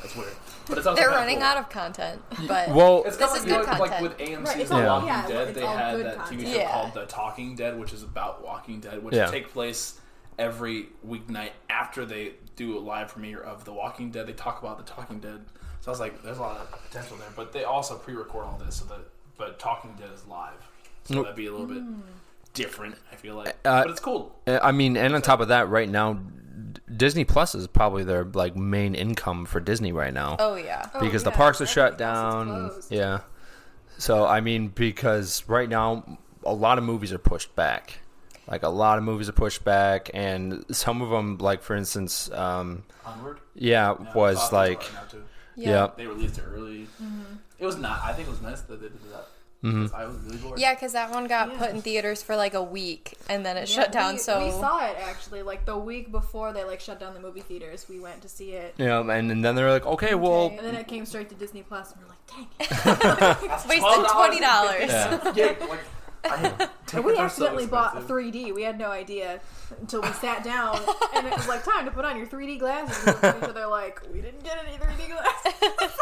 Speaker 3: That's weird, but it's also
Speaker 4: They're
Speaker 3: kinda
Speaker 4: running
Speaker 3: cool.
Speaker 4: out of content, but
Speaker 2: Well-
Speaker 3: It's
Speaker 4: this
Speaker 3: kinda
Speaker 4: is
Speaker 3: like,
Speaker 4: good
Speaker 3: you know, like
Speaker 4: content.
Speaker 3: with AMC's
Speaker 5: Right, it's
Speaker 3: The
Speaker 5: all-
Speaker 2: Yeah.
Speaker 3: Walking
Speaker 5: yeah, it's-
Speaker 3: Dead,
Speaker 5: it's
Speaker 3: they
Speaker 5: all
Speaker 3: had
Speaker 5: good
Speaker 3: that TV
Speaker 5: content.
Speaker 3: show
Speaker 4: Yeah.
Speaker 3: called The Talking Dead, which is about Walking Dead, which
Speaker 2: Yeah.
Speaker 3: take place every weeknight after they do a live premiere of The Walking Dead. They talk about The Talking Dead, so I was like, there's a lot of potential there. But they also pre-record all this, so that but Talking Dead is live, so
Speaker 2: Nope.
Speaker 3: that'd be a little bit different. I feel like,
Speaker 2: Uh,
Speaker 3: but it's cool.
Speaker 2: Uh, I mean, and on top of that, right now, D- Disney Plus is probably their like main income for Disney right now
Speaker 4: oh yeah,
Speaker 2: because the
Speaker 5: yeah,
Speaker 2: parks are shut
Speaker 5: everything else
Speaker 2: down.
Speaker 5: is
Speaker 2: and-
Speaker 5: closed.
Speaker 2: Yeah, so I mean, because right now, a lot of movies are pushed back. Like a lot of movies are pushed back, and some of them, like for instance, um,
Speaker 3: Onward
Speaker 2: yeah,
Speaker 3: Yeah,
Speaker 2: was
Speaker 3: Saw's
Speaker 2: like,
Speaker 3: right now, too.
Speaker 4: yeah.
Speaker 2: yeah,
Speaker 3: they released it early.
Speaker 5: Mm-hmm.
Speaker 3: It was not. I think it was nice that they did that.
Speaker 2: Mm-hmm.
Speaker 3: 'Cause I was really bored.
Speaker 4: Yeah, because that one got
Speaker 5: Yeah.
Speaker 4: put in theaters for like a week and then it
Speaker 5: Yeah,
Speaker 4: shut down.
Speaker 5: we-
Speaker 4: so
Speaker 5: we saw it actually like the week before they like shut down the movie theaters. We went to see it,
Speaker 2: Yeah, and, and then they're like, okay, well,
Speaker 5: and then it came straight to Disney Plus, and we're like, dang it!
Speaker 4: wasted twenty dollars.
Speaker 3: Yeah, like, I,
Speaker 5: And we accidentally bought 3D. We had no idea until we sat down, and it was like time to put on your 3D glasses. And we looked at each other like, we didn't get any 3D glasses.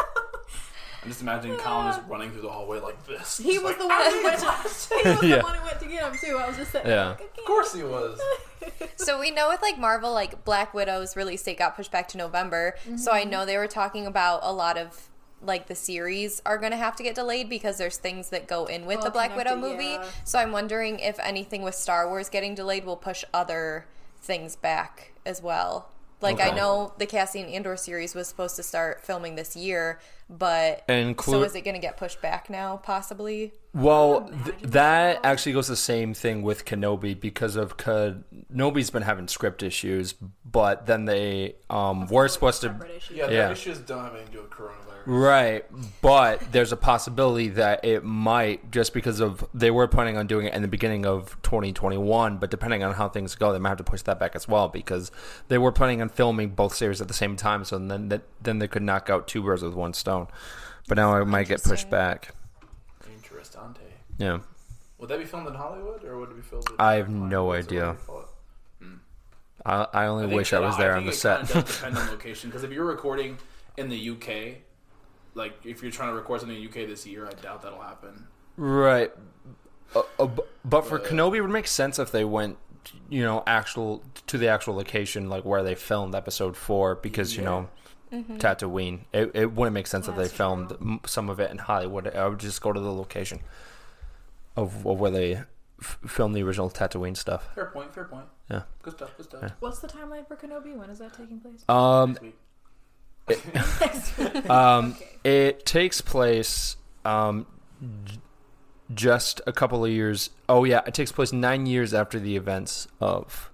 Speaker 3: I'm just imagining Colin just running through the hallway like this.
Speaker 5: Uh. He
Speaker 3: Just
Speaker 5: was
Speaker 3: like,
Speaker 5: the one who went. He was
Speaker 2: Yeah.
Speaker 5: the one who went to get him too. I was just sitting.
Speaker 2: Yeah.
Speaker 5: there Like,
Speaker 3: Of course he was.
Speaker 4: So we know with like Marvel, like Black Widow's release date got pushed back to November. So I know they were talking about a lot of like the series are going to have to get delayed because there's things that go in with
Speaker 5: All
Speaker 4: the Black Widow
Speaker 5: connected,
Speaker 4: movie.
Speaker 5: yeah.
Speaker 4: So I'm wondering if anything with Star Wars getting delayed will push other things back as well. Like I
Speaker 2: Okay.
Speaker 4: know the Cassian Andor series was supposed to start filming this year, but
Speaker 2: And
Speaker 4: so
Speaker 2: include-
Speaker 4: is it going to get pushed back now? Possibly.
Speaker 2: well, th- that actually goes the same thing with Kenobi because of Kenobi's been having script issues, but then they um were supposed to
Speaker 5: Separate issue.
Speaker 3: Yeah,
Speaker 2: Yeah.
Speaker 3: the issues don't have anything to do with coronavirus.
Speaker 2: right, but there's a possibility that it might just because of they were planning on doing it in the beginning of 2021, but depending on how things go, they might have to push that back as well because they were planning on filming both series at the same time, so then that then they could knock out two birds with one stone. But now it might get pushed
Speaker 4: Interesting.
Speaker 2: back.
Speaker 3: Interesting.
Speaker 2: Yeah.
Speaker 3: Would that be filmed in Hollywood or would it be filmed? In
Speaker 2: I have no idea. I, I only wish I was there on the set.
Speaker 3: Kind of depend on location because if you're recording in the UK, like if you're trying to record something in the UK this year, I doubt that'll happen.
Speaker 2: right. Uh, uh, bu- but for Kenobi, it would make sense if they went, you know, actual to the actual location, like where they filmed episode four, because you know, Tatooine. It, it wouldn't make sense if they filmed m some of it in Hollywood. I would just go to the location of, of where they f- filmed the original Tatooine stuff.
Speaker 3: Fair point. Fair point.
Speaker 2: Yeah.
Speaker 3: Good stuff. Good stuff.
Speaker 5: What's the timeline for Kenobi? When is that taking place?
Speaker 2: Um,
Speaker 3: Next week.
Speaker 5: okay.
Speaker 2: It takes place um, j- just a couple of years. Oh yeah, it takes place nine years after the events of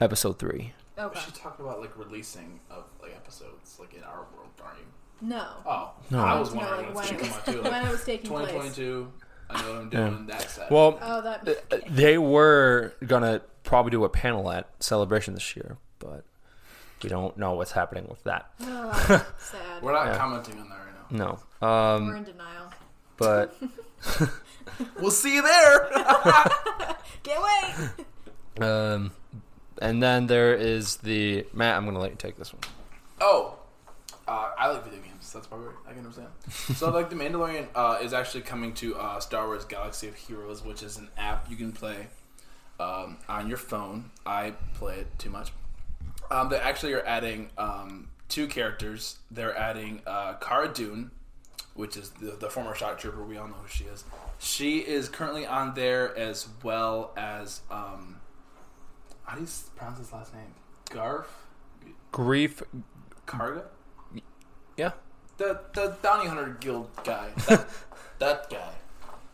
Speaker 2: episode three.
Speaker 3: We
Speaker 5: Okay.
Speaker 3: should talk about like releasing of like episodes like in our world, aren't you?
Speaker 5: No.
Speaker 3: Oh,
Speaker 2: No.
Speaker 3: I was
Speaker 5: No,
Speaker 3: wondering
Speaker 5: like,
Speaker 3: when it's
Speaker 5: when
Speaker 3: gonna come
Speaker 5: it was-
Speaker 3: out too.
Speaker 5: when
Speaker 3: Like,
Speaker 5: it was taking place.
Speaker 3: 2022. I know what I'm doing. That's sad.
Speaker 2: Well,
Speaker 5: Oh, that.
Speaker 2: uh, they were gonna probably do a panel at Celebration this year, but We don't know what's happening with that.
Speaker 5: Sad.
Speaker 3: We're not commenting on that right now.
Speaker 2: No. Um,
Speaker 5: We're in denial.
Speaker 2: but
Speaker 3: We'll see you there.
Speaker 5: Get away.
Speaker 2: um, and then there is the Matt. I'm gonna let you take this one.
Speaker 3: Oh, uh, I like video games. That's probably I can understand. so like the Mandalorian uh, is actually coming to uh, Star Wars Galaxy of Heroes, which is an app you can play um, on your phone. I play it too much. Um, they actually are adding um, two characters. They're adding uh, Cara Dune, which is the, the former shock trooper. We all know who she is. She is currently on there as well as um, how do you s- pronounce his last name? Garf,
Speaker 2: Grief.
Speaker 3: Karga.
Speaker 2: Yeah.
Speaker 3: the the bounty hunter guild guy, that, that guy.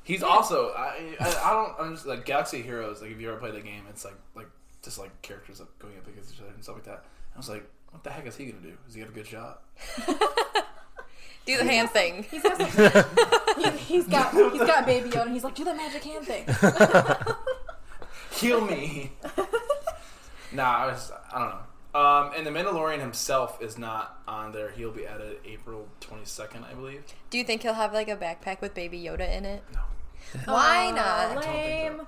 Speaker 3: He's also I, I I don't I'm just like Galaxy Heroes. Like if you ever play the game, it's like like just like characters up going up against each other and stuff like that. I was like, what the heck is he gonna do? Is he got a good shot?
Speaker 4: Do the hand thing.
Speaker 5: He's got, some, he, has got he's got baby Yoda. And he's like, do the magic hand thing.
Speaker 3: Heal me. nah, I was I don't know. Um, and the Mandalorian himself is not on there. He'll be added April twenty second, I believe.
Speaker 4: Do you think he'll have like a backpack with Baby Yoda in it?
Speaker 3: No,
Speaker 4: Why
Speaker 5: Aw,
Speaker 4: not?
Speaker 5: Lame.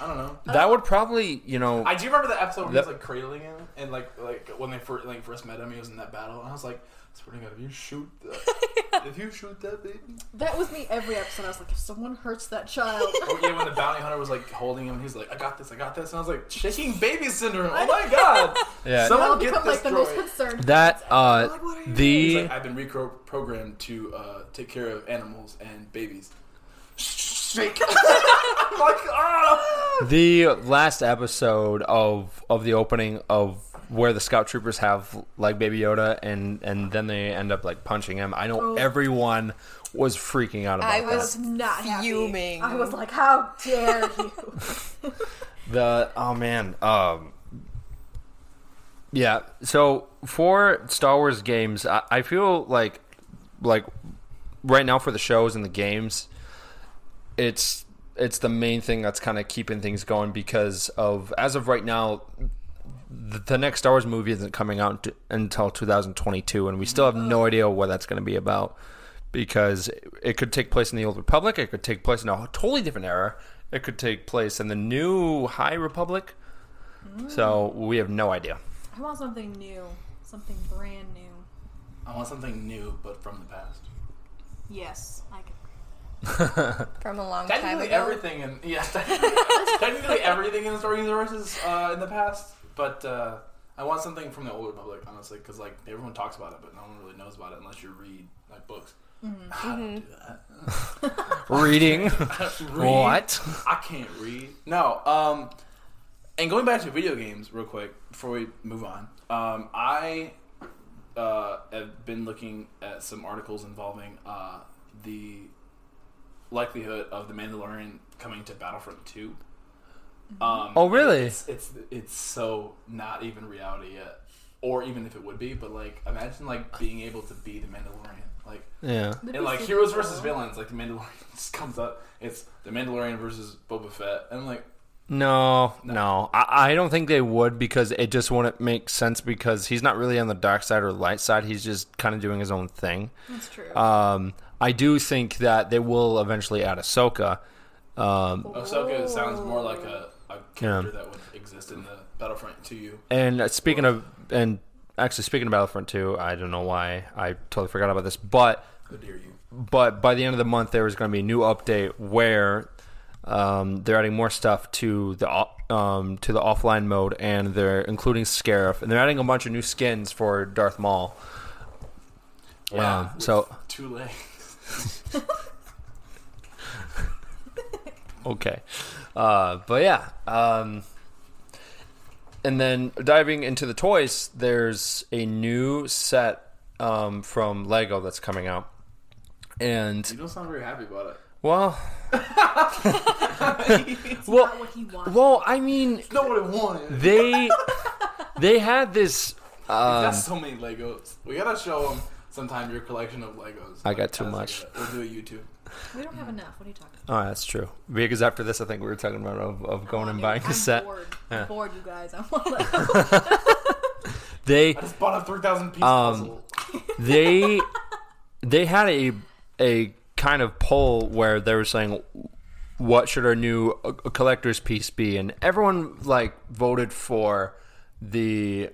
Speaker 3: I don't know.
Speaker 5: Uh,
Speaker 2: That would probably, you know,
Speaker 3: I do remember the episode where he was
Speaker 2: That-
Speaker 3: like cradling him, and like like when they first like first met him, he was in that battle, and I was like, "Swear to God, if you shoot that, if you shoot that baby."
Speaker 5: That was me every episode. I was like, if someone hurts that child,
Speaker 3: Oh yeah, when the bounty hunter was like holding him, he's like, "I got this, I got this," and I was like, "Shaking baby syndrome." Oh my God!
Speaker 2: Yeah.
Speaker 5: I'll
Speaker 3: someone get
Speaker 5: become
Speaker 3: this
Speaker 5: like the most
Speaker 3: droid.
Speaker 5: concerned.
Speaker 2: that uh,
Speaker 5: Like, what are you
Speaker 3: He's
Speaker 2: the
Speaker 3: like, I've been reprogrammed to uh, take care of animals and babies. Shake. I'm like, ah!
Speaker 2: the last episode of of the opening of where the scout troopers have like baby yoda and and then they end up like punching him i know everyone was freaking out about
Speaker 4: I
Speaker 2: that.
Speaker 4: was
Speaker 5: was not happy.
Speaker 4: Fuming.
Speaker 5: I was like, how dare you?
Speaker 2: the oh man um yeah so for star wars games i, I feel like like right now for the shows and the games it's it's the main thing that's kind of keeping things going because of as of right now the, the next Star Wars movie isn't coming out t- until 2022 and we still have no idea what that's going to be about because it- it could take place in the old republic it could take place in a totally different era it could take place in the new high republic so we have no idea
Speaker 5: I want something new, something brand new.
Speaker 3: I want something new, but from the past.
Speaker 5: Yes, I can.
Speaker 4: From a long time
Speaker 3: Technically,
Speaker 4: ago.
Speaker 3: everything in yeah, technically, technically everything in the Star Universe is uh, in the past. But uh, I want something from the old Republic, honestly, because like everyone talks about it, but no one really knows about it unless you read like books.
Speaker 4: Mm-hmm.
Speaker 3: I don't do that.
Speaker 2: reading
Speaker 3: Read?
Speaker 2: what
Speaker 3: I can't read. No. Um, and going back to video games real quick before we move on, um, I uh, have been looking at some articles involving uh, the likelihood of the Mandalorian coming to Battlefront Two. Um,
Speaker 2: oh really
Speaker 3: it's, it's it's so not even reality yet, or even if it would be. But like, imagine like being able to be the Mandalorian, like
Speaker 2: yeah
Speaker 3: and like heroes versus villains, like the Mandalorian just comes up. It's the Mandalorian versus Boba Fett, and I'm like,
Speaker 2: No, no, I, I don't think they would because it just wouldn't make sense because he's not really on the dark side or light side. He's just kind of doing his own thing.
Speaker 5: That's true.
Speaker 2: Um, I do think that they will eventually add Ahsoka. Um,
Speaker 3: Ahsoka sounds more like a, a character that would exist in the Battlefront to you.
Speaker 2: and uh, speaking of, and actually speaking of Battlefront 2, I don't know why I totally forgot about this, but
Speaker 3: How dare you?
Speaker 2: but by the end of the month there was going to be a new update where um, they're adding more stuff to the op- um, to the offline mode and they're including Scarif and they're adding a bunch of new skins for Darth Maul. Um,
Speaker 3: with
Speaker 2: so
Speaker 3: two legs.
Speaker 2: okay, uh, but yeah, um, and then diving into the toys, there's a new set um, from Lego that's coming out,
Speaker 3: You
Speaker 2: and
Speaker 3: don't sound very happy about it.
Speaker 2: well,
Speaker 5: It's
Speaker 2: well-
Speaker 5: not what he wants.
Speaker 2: well, I mean,
Speaker 3: Nobody
Speaker 2: Um,
Speaker 3: wanted.
Speaker 2: they they had this
Speaker 3: That's so many Legos. We gotta show them sometime your collection of Legos.
Speaker 2: I got too
Speaker 3: That's
Speaker 2: much.
Speaker 3: good. We'll do a YouTube.
Speaker 5: we don't have enough. What are you talking about?
Speaker 2: Oh, that's true. Because after this, I think we were talking about of, of going and buying
Speaker 5: I'm
Speaker 2: a set.
Speaker 5: bored.
Speaker 2: Yeah.
Speaker 5: I'm bored, you guys. I want Lego.
Speaker 2: They
Speaker 3: Just bought a three thousand piece
Speaker 2: Um,
Speaker 3: puzzle.
Speaker 2: they they had a a kind of poll where they were saying what should our new uh, collector's piece be and everyone like voted for the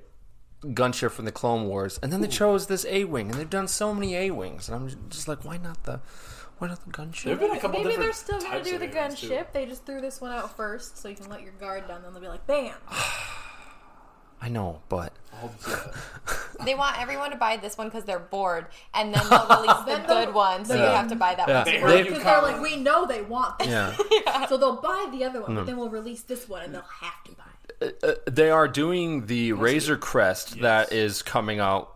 Speaker 2: gunship from the clone wars and then they chose this a-wing and they've done so many a-wings and i'm just like why not the why not the
Speaker 3: There've
Speaker 2: gunship
Speaker 3: been a couple
Speaker 5: Maybe
Speaker 3: different
Speaker 5: they're still gonna
Speaker 3: types
Speaker 5: do
Speaker 3: of
Speaker 5: the
Speaker 3: aliens, too.
Speaker 5: gunship. They just threw this one out first, so you can let your guard down. Then they'll be like, "Bam!"
Speaker 2: i know but
Speaker 3: All the-
Speaker 4: They want everyone to buy this one because they're bored, and then they'll release the
Speaker 5: Then they'll-
Speaker 4: good one, so you
Speaker 5: Yeah.
Speaker 4: have to buy that
Speaker 2: Yeah.
Speaker 4: one.
Speaker 3: They
Speaker 4: too.
Speaker 3: heard you
Speaker 5: Because they're like,
Speaker 3: Colin.
Speaker 5: "We know they want this,"
Speaker 2: yeah Mm-hmm.
Speaker 5: so they'll buy the other one. But then we'll release this one, and they'll have to buy. it.
Speaker 2: they are doing the Razor Crest that is coming out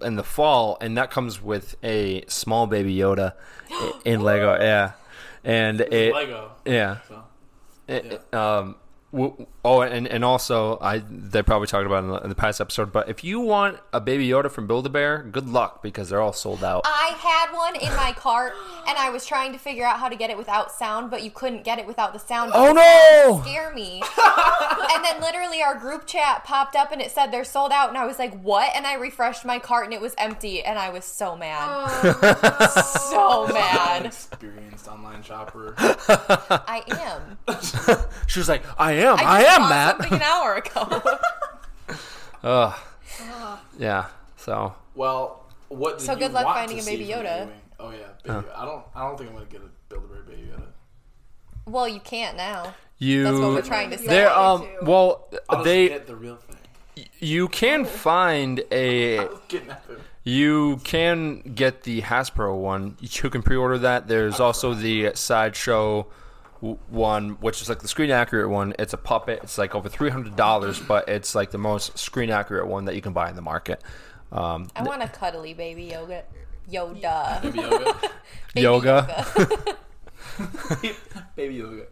Speaker 2: in the fall, and that comes with a small baby Yoda i- in Lego. Yeah, and it,
Speaker 3: Lego.
Speaker 2: Yeah.
Speaker 3: So.
Speaker 2: It- um. w- Oh, and and also, I they probably talked about it in the, in the past episode. But if you want a baby Yoda from Build a Bear, good luck because they're all sold out.
Speaker 4: I had one in my cart, and I was trying to figure out how to get it without sound, but you couldn't get it without the sound.
Speaker 2: Oh,
Speaker 4: It started to
Speaker 2: no!
Speaker 4: Scare me. and then literally our group chat popped up, and it said they're sold out, and I was like, "What?" And I refreshed my cart, and it was empty, and I was so mad,
Speaker 5: Oh,
Speaker 4: so mad.
Speaker 3: Experienced online shopper.
Speaker 4: I am.
Speaker 2: She was like, "I am, I,
Speaker 4: just
Speaker 2: am
Speaker 4: bought
Speaker 2: Matt."
Speaker 4: Something an hour ago.
Speaker 2: yeah. So
Speaker 3: Well, what did
Speaker 4: So
Speaker 3: you
Speaker 4: good luck
Speaker 3: want
Speaker 4: finding
Speaker 3: to
Speaker 4: a Baby
Speaker 3: see from the
Speaker 4: Yoda.
Speaker 3: A-Wing? Oh yeah, baby. I don't. I don't think I'm gonna get a Build a Bear Baby Yoda.
Speaker 4: well, you can't now.
Speaker 2: you.
Speaker 4: That's what we're trying to say.
Speaker 2: They're um.
Speaker 5: too.
Speaker 2: Well,
Speaker 3: I'll just
Speaker 2: they
Speaker 3: get the real thing.
Speaker 2: you can find a
Speaker 3: Get nothing.
Speaker 2: You can get the Hasbro one. You can pre-order that. There's also the sideshow w- one, which is like the screen accurate one. It's a puppet. It's like over three hundred dollars, but it's like the most screen accurate one that you can buy in the market. Um,
Speaker 4: I want a cuddly baby yoga. Yoda.
Speaker 3: Baby Yoda.
Speaker 2: yoga.
Speaker 3: Baby Yoda.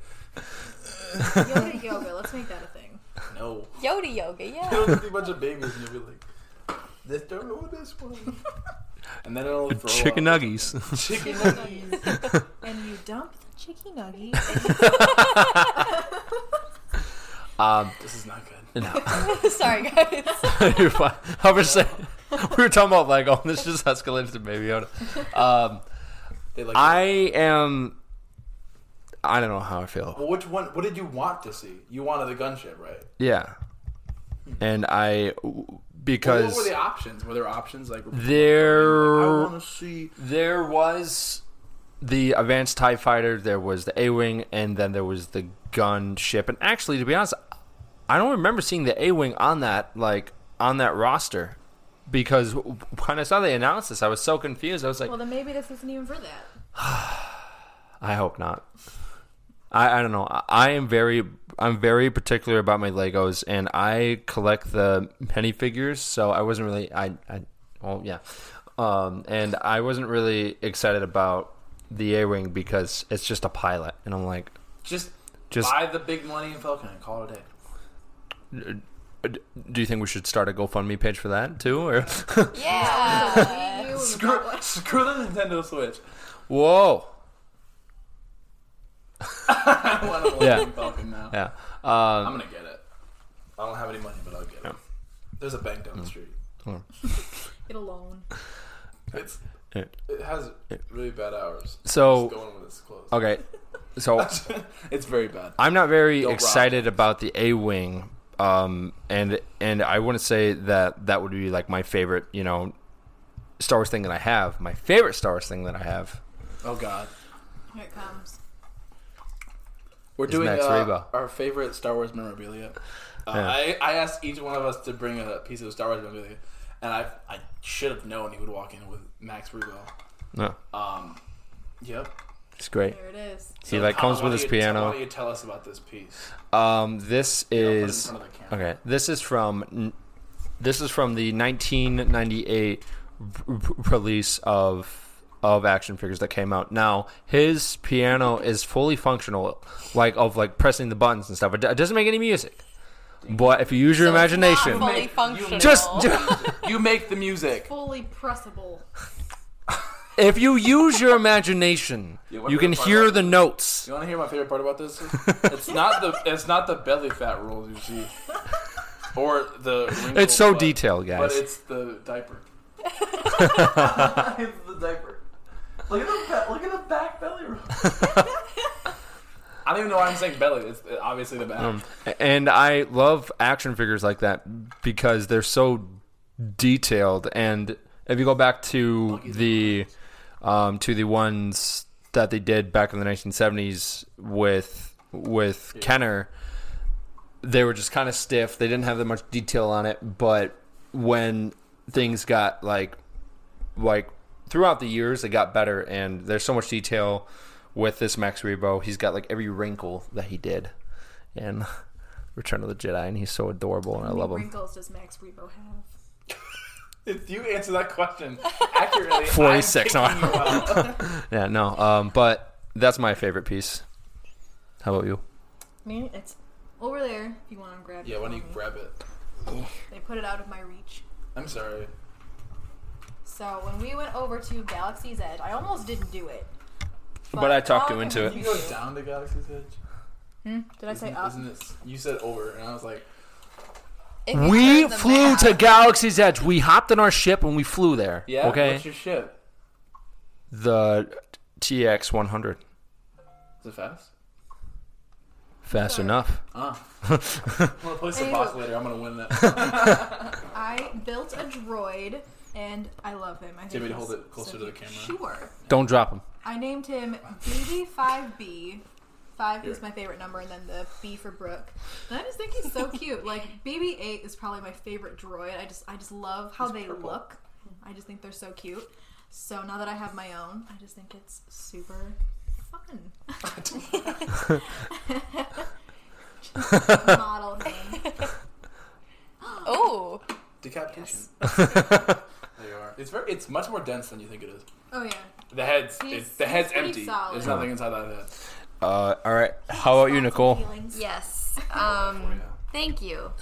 Speaker 5: Yoga, yoga. Let's make that a thing.
Speaker 3: No.
Speaker 4: Yoda yoga, yeah.
Speaker 3: You'll just be a bunch of babies and you'll be like, this don't know this one. And then it'll throw
Speaker 2: Chicken
Speaker 3: up.
Speaker 2: nuggies.
Speaker 3: Chicken
Speaker 5: and you dump the chicky nuggies.
Speaker 2: Um,
Speaker 3: This is not good.
Speaker 4: Sorry, guys.
Speaker 2: You're fine. I was saying, we were talking about Lego. This just escalated to Baby Yoda.
Speaker 3: They
Speaker 2: Um,
Speaker 3: like,
Speaker 2: I am. I don't know how I feel.
Speaker 3: Well, which one? What did you want to see? You wanted the gunship, right?
Speaker 2: Yeah, and I
Speaker 3: Well,
Speaker 2: because
Speaker 3: What were the options? Were there options like? I
Speaker 2: There,
Speaker 3: want to see.
Speaker 2: there was the advanced Tie Fighter. There was the A Wing, and then there was the gun ship. And actually, to be honest, I don't remember seeing the A Wing on that like on that roster because when I saw they announced this, I was so confused. I was like,
Speaker 5: well, then maybe this isn't even for that.
Speaker 2: I hope not. I, I don't know. I, I am very I'm very particular about my Legos, and I collect the minifigures. So I wasn't really I I well yeah, um, and I wasn't really excited about the A wing because it's just a pilot, and I'm like,
Speaker 3: Just,
Speaker 2: Just-
Speaker 3: buy the big Millennium Falcon and call it a day.
Speaker 2: do you think we should start a GoFundMe page for that too? Or
Speaker 4: Yeah.
Speaker 5: Wii U and
Speaker 3: Screw, screw the Nintendo Switch.
Speaker 2: whoa,
Speaker 3: I want a Millennium Falcon now.
Speaker 2: yeah,
Speaker 3: I'm gonna get it. I don't have any money, but I'll get it. There's a bank
Speaker 2: Mm.
Speaker 3: down the street.
Speaker 5: it alone.
Speaker 3: It's
Speaker 2: Yeah.
Speaker 3: it has really bad hours.
Speaker 2: So-
Speaker 3: Just going when it's closed.
Speaker 2: okay. So
Speaker 3: it's very bad.
Speaker 2: I'm not very
Speaker 3: rob
Speaker 2: excited about the A wing, um, and and I wouldn't say that that would be like my favorite, you know, Star Wars thing that I have. My favorite Star Wars thing that I have.
Speaker 3: Oh God.
Speaker 5: Here it comes.
Speaker 3: We're doing
Speaker 2: Max
Speaker 3: uh,
Speaker 2: Rebo.
Speaker 3: our favorite Star Wars memorabilia. Uh,
Speaker 2: Yeah.
Speaker 3: I, I asked each one of us to bring a piece of Star Wars memorabilia, and I I should have known he would walk in with Max Rebo.
Speaker 2: No,
Speaker 3: Yep.
Speaker 2: it's great.
Speaker 5: There it is.
Speaker 2: He like comes with his
Speaker 3: Why
Speaker 2: piano.
Speaker 3: don't you tell us about this piece?
Speaker 2: Um, this
Speaker 3: it in
Speaker 2: is
Speaker 3: front of the camera.
Speaker 2: okay. This is from this is from the 1998 r- r- release of of action figures that came out. Now his piano is fully functional, like of like pressing the buttons and stuff. It, do- it doesn't make any music, but if you use your imagination,
Speaker 4: Not fully
Speaker 3: You-
Speaker 4: functional.
Speaker 2: just, ju-
Speaker 3: You make the music.
Speaker 5: Fully pressable.
Speaker 2: if you use your imagination,
Speaker 3: Yeah, what
Speaker 2: you can
Speaker 3: part
Speaker 2: hear
Speaker 3: of-
Speaker 2: the notes.
Speaker 3: You want to hear my favorite part about this? it's not the it's not the belly fat rolls you see. Or the. wrinkled
Speaker 2: It's so
Speaker 3: butt.
Speaker 2: detailed, guys.
Speaker 3: But it's the diaper. it's the diaper. Look at the ba- look at the back belly rub. I don't even know why I'm saying belly. It's obviously the back.
Speaker 2: Um. And I love action figures like that because they're so detailed. And if you go back to the um, to the ones that they did back in the 1970s with with Kenner, they were just kind of stiff. They didn't have that much detail on it. But when things got like like throughout the years it got better and there's so much detail with this Max Rebo. He's got like every wrinkle that he did in Return of the Jedi and he's so adorable and I
Speaker 5: How
Speaker 2: love
Speaker 5: many
Speaker 2: him.
Speaker 5: wrinkles does Max Rebo have?
Speaker 3: If you answer that question accurately,
Speaker 2: 46
Speaker 3: I'm picking
Speaker 2: now.
Speaker 3: you up.
Speaker 2: Yeah, no. Um but that's my favorite piece. How about you?
Speaker 5: Me? It's over there. If you want to grab it.
Speaker 3: yeah, why
Speaker 5: when
Speaker 3: don't you grab it?
Speaker 5: They put it out of my reach.
Speaker 3: I'm sorry.
Speaker 5: So when we went over to Galaxy's Edge, I almost didn't do it.
Speaker 2: But I talked
Speaker 5: now
Speaker 2: you
Speaker 5: I
Speaker 2: into
Speaker 5: can
Speaker 3: You
Speaker 2: it.
Speaker 5: do
Speaker 3: go down to Galaxy's Edge.
Speaker 5: Did I say
Speaker 3: Isn't,
Speaker 5: up?
Speaker 3: isn't it? You said over, and I was like,
Speaker 4: If you
Speaker 2: We
Speaker 4: turn the
Speaker 2: flew
Speaker 4: map-
Speaker 2: to Galaxy's Edge. We hopped in our ship and we flew there.
Speaker 3: "Yeah,
Speaker 2: Okay.
Speaker 3: what's your ship?
Speaker 2: the TX 100.
Speaker 3: Is it fast?
Speaker 2: Fast enough.
Speaker 3: I'm gonna play some
Speaker 5: Anywho.
Speaker 3: boss later. I'm gonna win that.
Speaker 5: I built a droid, and I love him. I think
Speaker 3: you want me to
Speaker 5: he's
Speaker 3: hold it closer to the camera?
Speaker 5: Sure.
Speaker 2: Don't drop him.
Speaker 5: I named him BB5B. Five is
Speaker 3: Here.
Speaker 5: my favorite number, and then the B for Brooke. And I just think he's so cute. Like BB8 is probably my favorite droid. I just I just love how they look. I just think they're so cute. So now that I have my own, I just think it's super fun. Just model him.
Speaker 4: Oh,
Speaker 3: Decapitation. there you are. It's very. It's much more dense than you think it is.
Speaker 5: Oh yeah.
Speaker 3: The head's
Speaker 5: He's-
Speaker 3: it's, the head's
Speaker 5: he's pretty
Speaker 3: empty.
Speaker 5: solid.
Speaker 3: There's nothing inside that head.
Speaker 2: Uh, all right. How about you, Nicole?
Speaker 5: Feelings.
Speaker 4: yes. Um,
Speaker 3: Yeah.
Speaker 4: thank you.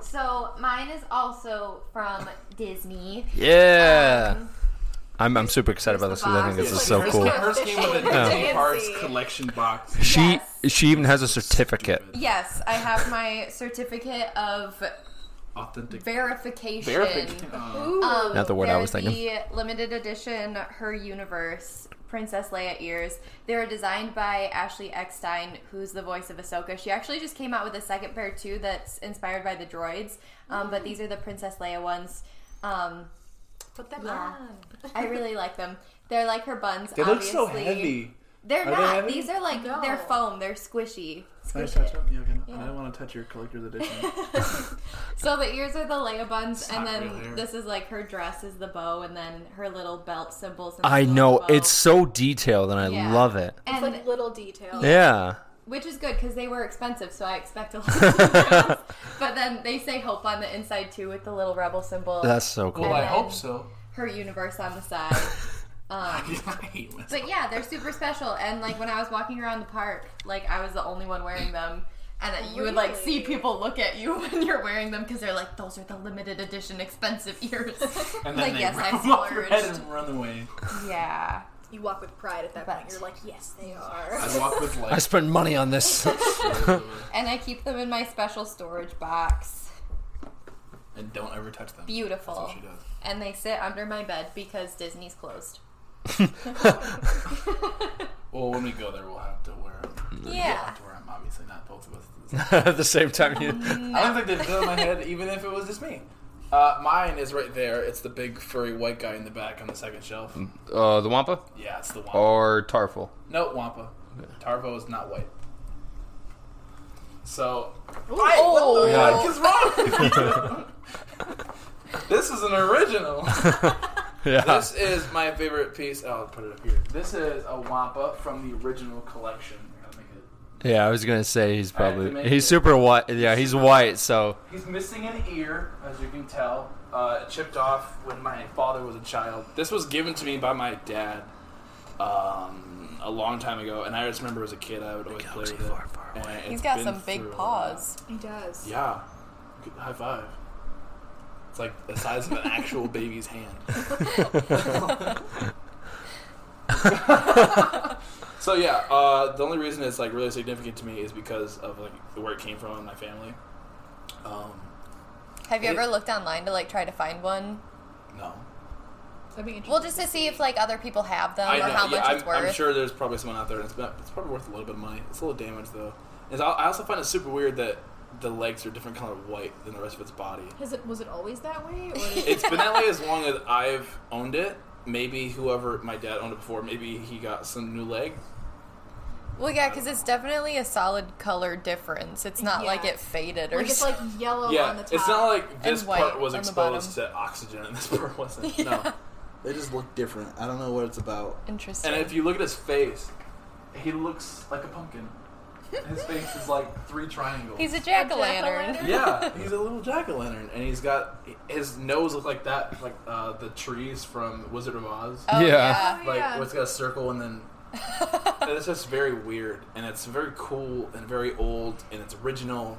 Speaker 4: So mine is also from Disney.
Speaker 2: Yeah. I'm, I'm super excited about
Speaker 5: Here's
Speaker 2: this
Speaker 5: the
Speaker 2: because I think
Speaker 5: box.
Speaker 2: this is
Speaker 5: It's
Speaker 2: so cool.
Speaker 3: hers,
Speaker 5: like Christmas.
Speaker 3: Hers came with a
Speaker 5: Yeah.
Speaker 3: Disney Parks
Speaker 5: Fancy.
Speaker 3: collection box.
Speaker 2: She
Speaker 4: Yes.
Speaker 2: she even has a certificate.
Speaker 4: Yes, I have my certificate of
Speaker 3: Authentic.
Speaker 4: verification.
Speaker 3: Verification. Uh,
Speaker 4: Um,
Speaker 2: Not the word I
Speaker 4: they're
Speaker 2: was thinking.
Speaker 4: The limited edition Her Universe Princess Leia ears. They were designed by Ashley Eckstein, who's the voice of Ahsoka. She actually just came out with a second pair too that's inspired by the droids, um, but these are the Princess Leia ones. Um,
Speaker 5: Put them
Speaker 4: Yeah.
Speaker 5: on.
Speaker 4: I really like them. They're like her buns.
Speaker 3: they look
Speaker 4: obviously.
Speaker 3: so heavy.
Speaker 4: They're
Speaker 3: Are they
Speaker 4: not.
Speaker 3: heavy?
Speaker 4: These are like
Speaker 5: No.
Speaker 4: they're foam. They're squishy.
Speaker 3: Can I
Speaker 4: Squish
Speaker 3: touch
Speaker 4: it.
Speaker 3: them? Yeah, okay. I don't want to touch your collector's edition.
Speaker 4: So the ears are the Leia buns, and
Speaker 3: not
Speaker 4: then
Speaker 3: real hair.
Speaker 4: this is like her dress is the bow, and then her little belt symbols. and the
Speaker 2: I
Speaker 4: little
Speaker 2: know
Speaker 4: bow.
Speaker 2: it's so detailed and I
Speaker 4: Yeah.
Speaker 2: love it.
Speaker 4: and
Speaker 5: It's like little details.
Speaker 2: Yeah.
Speaker 4: which is good because they were expensive, so I expect a lot. but then they say hope on the inside too, with the little rebel symbol.
Speaker 2: That's so cool.
Speaker 3: well, I
Speaker 4: then-
Speaker 3: hope so.
Speaker 4: her universe on the side.
Speaker 3: I hate myself.
Speaker 4: But yeah, they're super special. And like when I was walking around the park, like I was the only one wearing them. And that you would like see people look at you when you're wearing them because they're like, those are the limited edition expensive ears.
Speaker 3: And
Speaker 4: like,
Speaker 3: then they
Speaker 4: yes, I
Speaker 3: rub off your head
Speaker 4: splurged.
Speaker 3: and run away.
Speaker 4: Yeah.
Speaker 5: You walk with pride at that
Speaker 4: But-
Speaker 5: point. You're like, yes, they are.
Speaker 3: I walk with
Speaker 2: I
Speaker 3: like
Speaker 2: spent money on this.
Speaker 4: And I keep them in my special storage box.
Speaker 3: and don't ever touch them. That's
Speaker 4: Beautiful.
Speaker 3: what she does.
Speaker 4: And they sit under my bed because Disney's closed.
Speaker 3: Well, when we go there, we'll have to wear them. We'll
Speaker 4: Yeah.
Speaker 3: have to wear them. Obviously, not both of us.
Speaker 2: At the same time, you,
Speaker 3: I don't think they'd fill in my head, even if it was just me. Uh, mine is right there. It's the big furry white guy in the back on the second shelf.
Speaker 2: uh, the Wampa
Speaker 3: Yeah, it's the Wampa.
Speaker 2: or Tarful.
Speaker 3: No, Wampa. Tarvo is not white. So,
Speaker 4: Oh,
Speaker 3: what is wrong with you? this is an original.
Speaker 2: Yeah.
Speaker 3: This is my favorite piece. Oh, I'll put it up here. This is a Wampa from the original collection. Gotta make it-
Speaker 2: yeah, I was gonna say he's
Speaker 3: I had to
Speaker 2: probably
Speaker 3: make
Speaker 2: he's
Speaker 3: it.
Speaker 2: super white. Yeah, he's white. So
Speaker 3: He's missing an ear, as you can tell. Uh, chipped off when my father was a child. This was given to me by my dad um, a long time ago, and I just remember as a kid I would always play with it. And it's
Speaker 4: He's got
Speaker 3: been
Speaker 4: some big
Speaker 3: through a lot.
Speaker 4: paws.
Speaker 5: He does.
Speaker 3: Yeah. Good high five. It's like the size of an actual baby's hand. so yeah, uh, the only reason it's like really significant to me is because of like where it came from in my family. Um,
Speaker 4: Have you ever looked online to like try to find one?
Speaker 3: No.
Speaker 5: That'd be interesting.
Speaker 4: Well, just to see if like other people have them or how much
Speaker 3: I'm,
Speaker 4: it's worth.
Speaker 3: I'm sure there's probably someone out there, and it's, about- it's probably worth a little bit of money. It's a little damage though. And I I also find it super weird that the legs are different color white than the rest of its body.
Speaker 5: Has it was it always that way? Or
Speaker 3: It's been that way as long as I've owned it. Maybe whoever my dad owned it before, maybe he got some new leg.
Speaker 4: Well, yeah, because it's definitely a solid color difference. It's not like
Speaker 5: Yeah.
Speaker 4: it faded or
Speaker 5: like it's
Speaker 4: something.
Speaker 5: like yellow on
Speaker 3: Yeah,
Speaker 5: the top.
Speaker 3: it's not like this
Speaker 4: and white
Speaker 3: part was
Speaker 4: on the bottom.
Speaker 3: exposed to oxygen and this part wasn't.
Speaker 4: Yeah.
Speaker 3: No, they just look different. I don't know what it's about.
Speaker 4: interesting.
Speaker 3: And if you look at his face, he looks like a pumpkin. His face is like three triangles.
Speaker 4: He's a jack o' lantern.
Speaker 5: jack-o'-lantern?
Speaker 3: yeah, he's a little jack o' lantern, and he's got his nose looks like that, like uh, the trees from Wizard of Oz.
Speaker 4: Oh,
Speaker 2: Yeah.
Speaker 4: yeah.
Speaker 3: like
Speaker 5: yeah.
Speaker 3: what's got a circle and then and it's just very weird and it's very cool and very old and it's original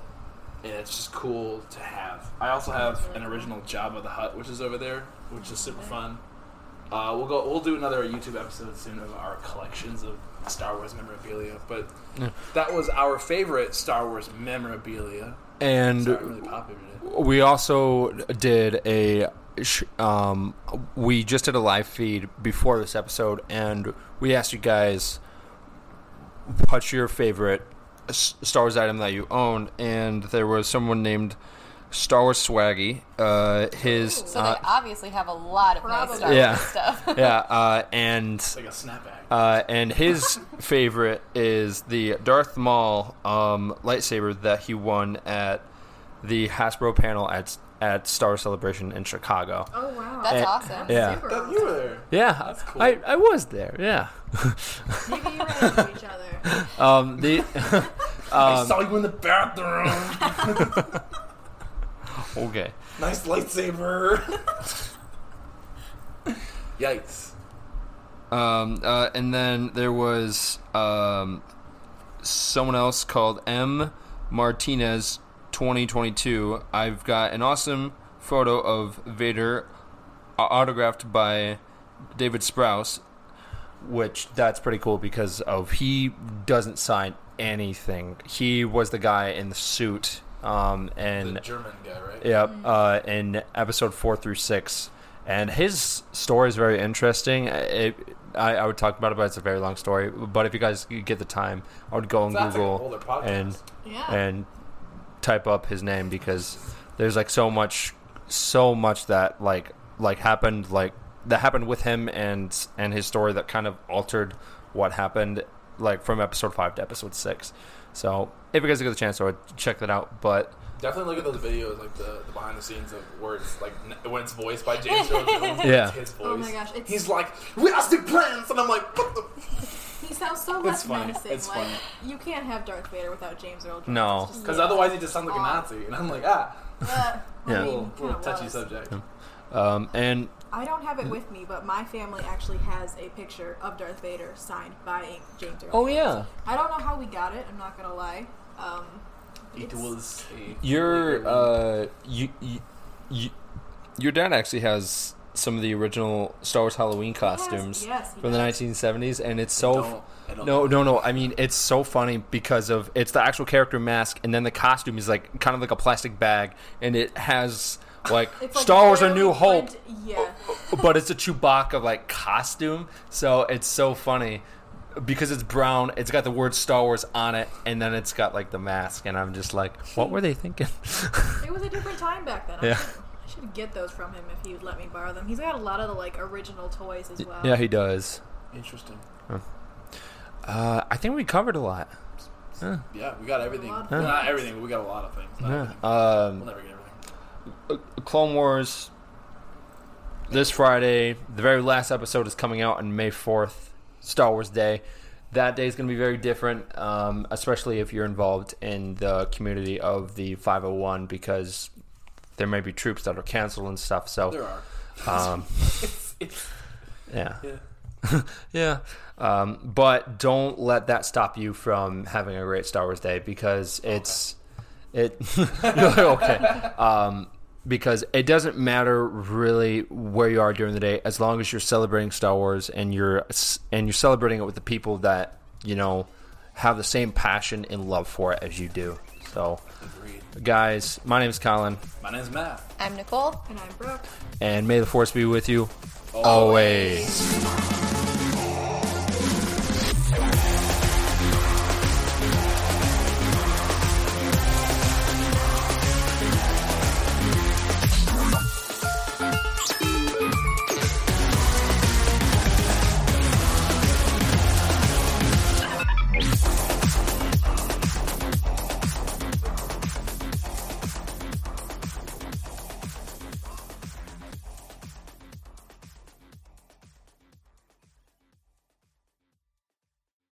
Speaker 3: and it's just cool to have i also have an original jabba the hutt which is over there which is super fun uh, we'll go we'll do another youtube episode soon of our collections of star wars memorabilia but that was our favorite star wars memorabilia
Speaker 2: And
Speaker 3: Sorry, I'm really popular today.
Speaker 2: we also did a sh- um, we just did a live feed before this episode and we asked you guys what's your favorite S- star wars item that you own and there was someone named star wars swaggy uh, his
Speaker 4: So
Speaker 2: uh,
Speaker 4: they obviously have a lot of nice Star
Speaker 5: Probably.
Speaker 2: Yeah.
Speaker 4: Wars stuff.
Speaker 2: yeah uh, and
Speaker 3: like a snapback
Speaker 2: uh, and his favorite is the Darth Maul um, lightsaber that he won at the Hasbro panel at at Star Celebration in Chicago.
Speaker 5: Oh wow.
Speaker 4: That's
Speaker 2: Eh,
Speaker 4: awesome.
Speaker 2: yeah.
Speaker 5: Super
Speaker 3: That- you were there
Speaker 2: Yeah,
Speaker 3: cool.
Speaker 2: I, I was there. Yeah,
Speaker 5: Maybe you ran into each other.
Speaker 2: um, the um,
Speaker 3: i saw you in the bathroom
Speaker 2: okay.
Speaker 3: Nice lightsaber. Yikes.
Speaker 2: Um, uh, and then there was um, someone else called M Martinez 2022. I've got an awesome photo of Vader au- autographed by David Sprouse, which that's pretty cool because of he doesn't sign anything. He was the guy in the suit um, and
Speaker 3: The German guy, right?
Speaker 2: Yep, uh, in episode four through six, and his story is very interesting. It, I, I would talk about it, but it's a very long story. But if you guys get the time, I would go on
Speaker 3: Sounds like an
Speaker 2: Google
Speaker 3: older podcast.
Speaker 2: and
Speaker 5: Yeah.
Speaker 2: and type up his name because there's like so much, so much that like like happened like that happened with him and and his story that kind of altered what happened like from episode five to episode six. So if you guys get the chance, I would check that out. But
Speaker 3: Definitely look at those videos, like the, the behind the scenes of where it's like n- when it's voiced by James Earl Jones.
Speaker 2: Yeah.
Speaker 3: It's his voice.
Speaker 5: Oh my gosh, it's-
Speaker 3: He's like, we are still plans, and I'm like, what the?
Speaker 5: He sounds so less
Speaker 3: funny.
Speaker 5: menacing.
Speaker 3: It's
Speaker 5: like
Speaker 3: funny.
Speaker 5: you can't have Darth Vader without James Earl Jones.
Speaker 2: No.
Speaker 5: It's just-
Speaker 3: Because otherwise he just sounds like a Nazi, and I'm like, ah.
Speaker 5: Uh, I
Speaker 2: Yeah.
Speaker 5: mean,
Speaker 3: Little,
Speaker 5: kinda
Speaker 3: little touchy
Speaker 5: was.
Speaker 3: subject.
Speaker 2: um, and
Speaker 5: I don't have it with me, but my family actually has a picture of Darth Vader signed by James
Speaker 3: Oh,
Speaker 5: Earl. Jones.
Speaker 2: Oh, yeah.
Speaker 5: I don't know how we got it. I'm not gonna lie. Um,
Speaker 3: It
Speaker 5: it's-
Speaker 3: was a
Speaker 2: Your uh, you, you, you, your dad actually has some of the original Star Wars Halloween costumes
Speaker 5: yes, he
Speaker 2: from
Speaker 5: does.
Speaker 2: the 1970s, and it's so.
Speaker 3: don't- I don't
Speaker 2: no,
Speaker 3: know.
Speaker 2: no, no. I mean, it's so funny because of it's the actual character mask, and then the costume is like kind of like a plastic bag, and it has like,
Speaker 5: it's like
Speaker 2: Star Wars: A New
Speaker 5: literally
Speaker 2: Hope,
Speaker 5: print- Yeah.
Speaker 2: but it's a Chewbacca like costume, so it's so funny because it's brown. It's got the word Star Wars on it, and then it's got like the mask, and I'm just like, what were they thinking?
Speaker 5: It was a different time back then. I
Speaker 2: Yeah.
Speaker 5: should- I should get those from him if he would let me borrow them. He's got a lot of the like original toys as well.
Speaker 2: yeah, he does.
Speaker 3: Interesting.
Speaker 2: Uh, I think we covered a lot.
Speaker 3: Yeah, we got everything.
Speaker 5: A lot of
Speaker 3: Well, Not
Speaker 5: things.
Speaker 3: everything, but we got a lot of things. Not everything.
Speaker 2: Um,
Speaker 3: We'll never get everything.
Speaker 2: Clone Wars this Friday. The very last episode is coming out on May 4th, Star Wars Day. That day is going to be very different, um, especially if you're involved in the community of the 501 because there may be troops that are canceled and stuff.
Speaker 3: There
Speaker 2: So,
Speaker 3: are.
Speaker 2: um,
Speaker 3: It's, it's,
Speaker 2: yeah.
Speaker 3: yeah.
Speaker 2: Yeah. Um, but don't let that stop you from having a great Star Wars day because it's it You're okay. Um, because it doesn't matter really where you are during the day as long as you're celebrating Star Wars and you're and you're celebrating it with the people that, you know, have the same passion and love for it as you do. So,
Speaker 3: Agreed.
Speaker 2: guys, my name's Colin,
Speaker 3: My name's Matt.
Speaker 4: I'm Nicole.
Speaker 5: And I'm Brooke.
Speaker 2: and may the force be with you always.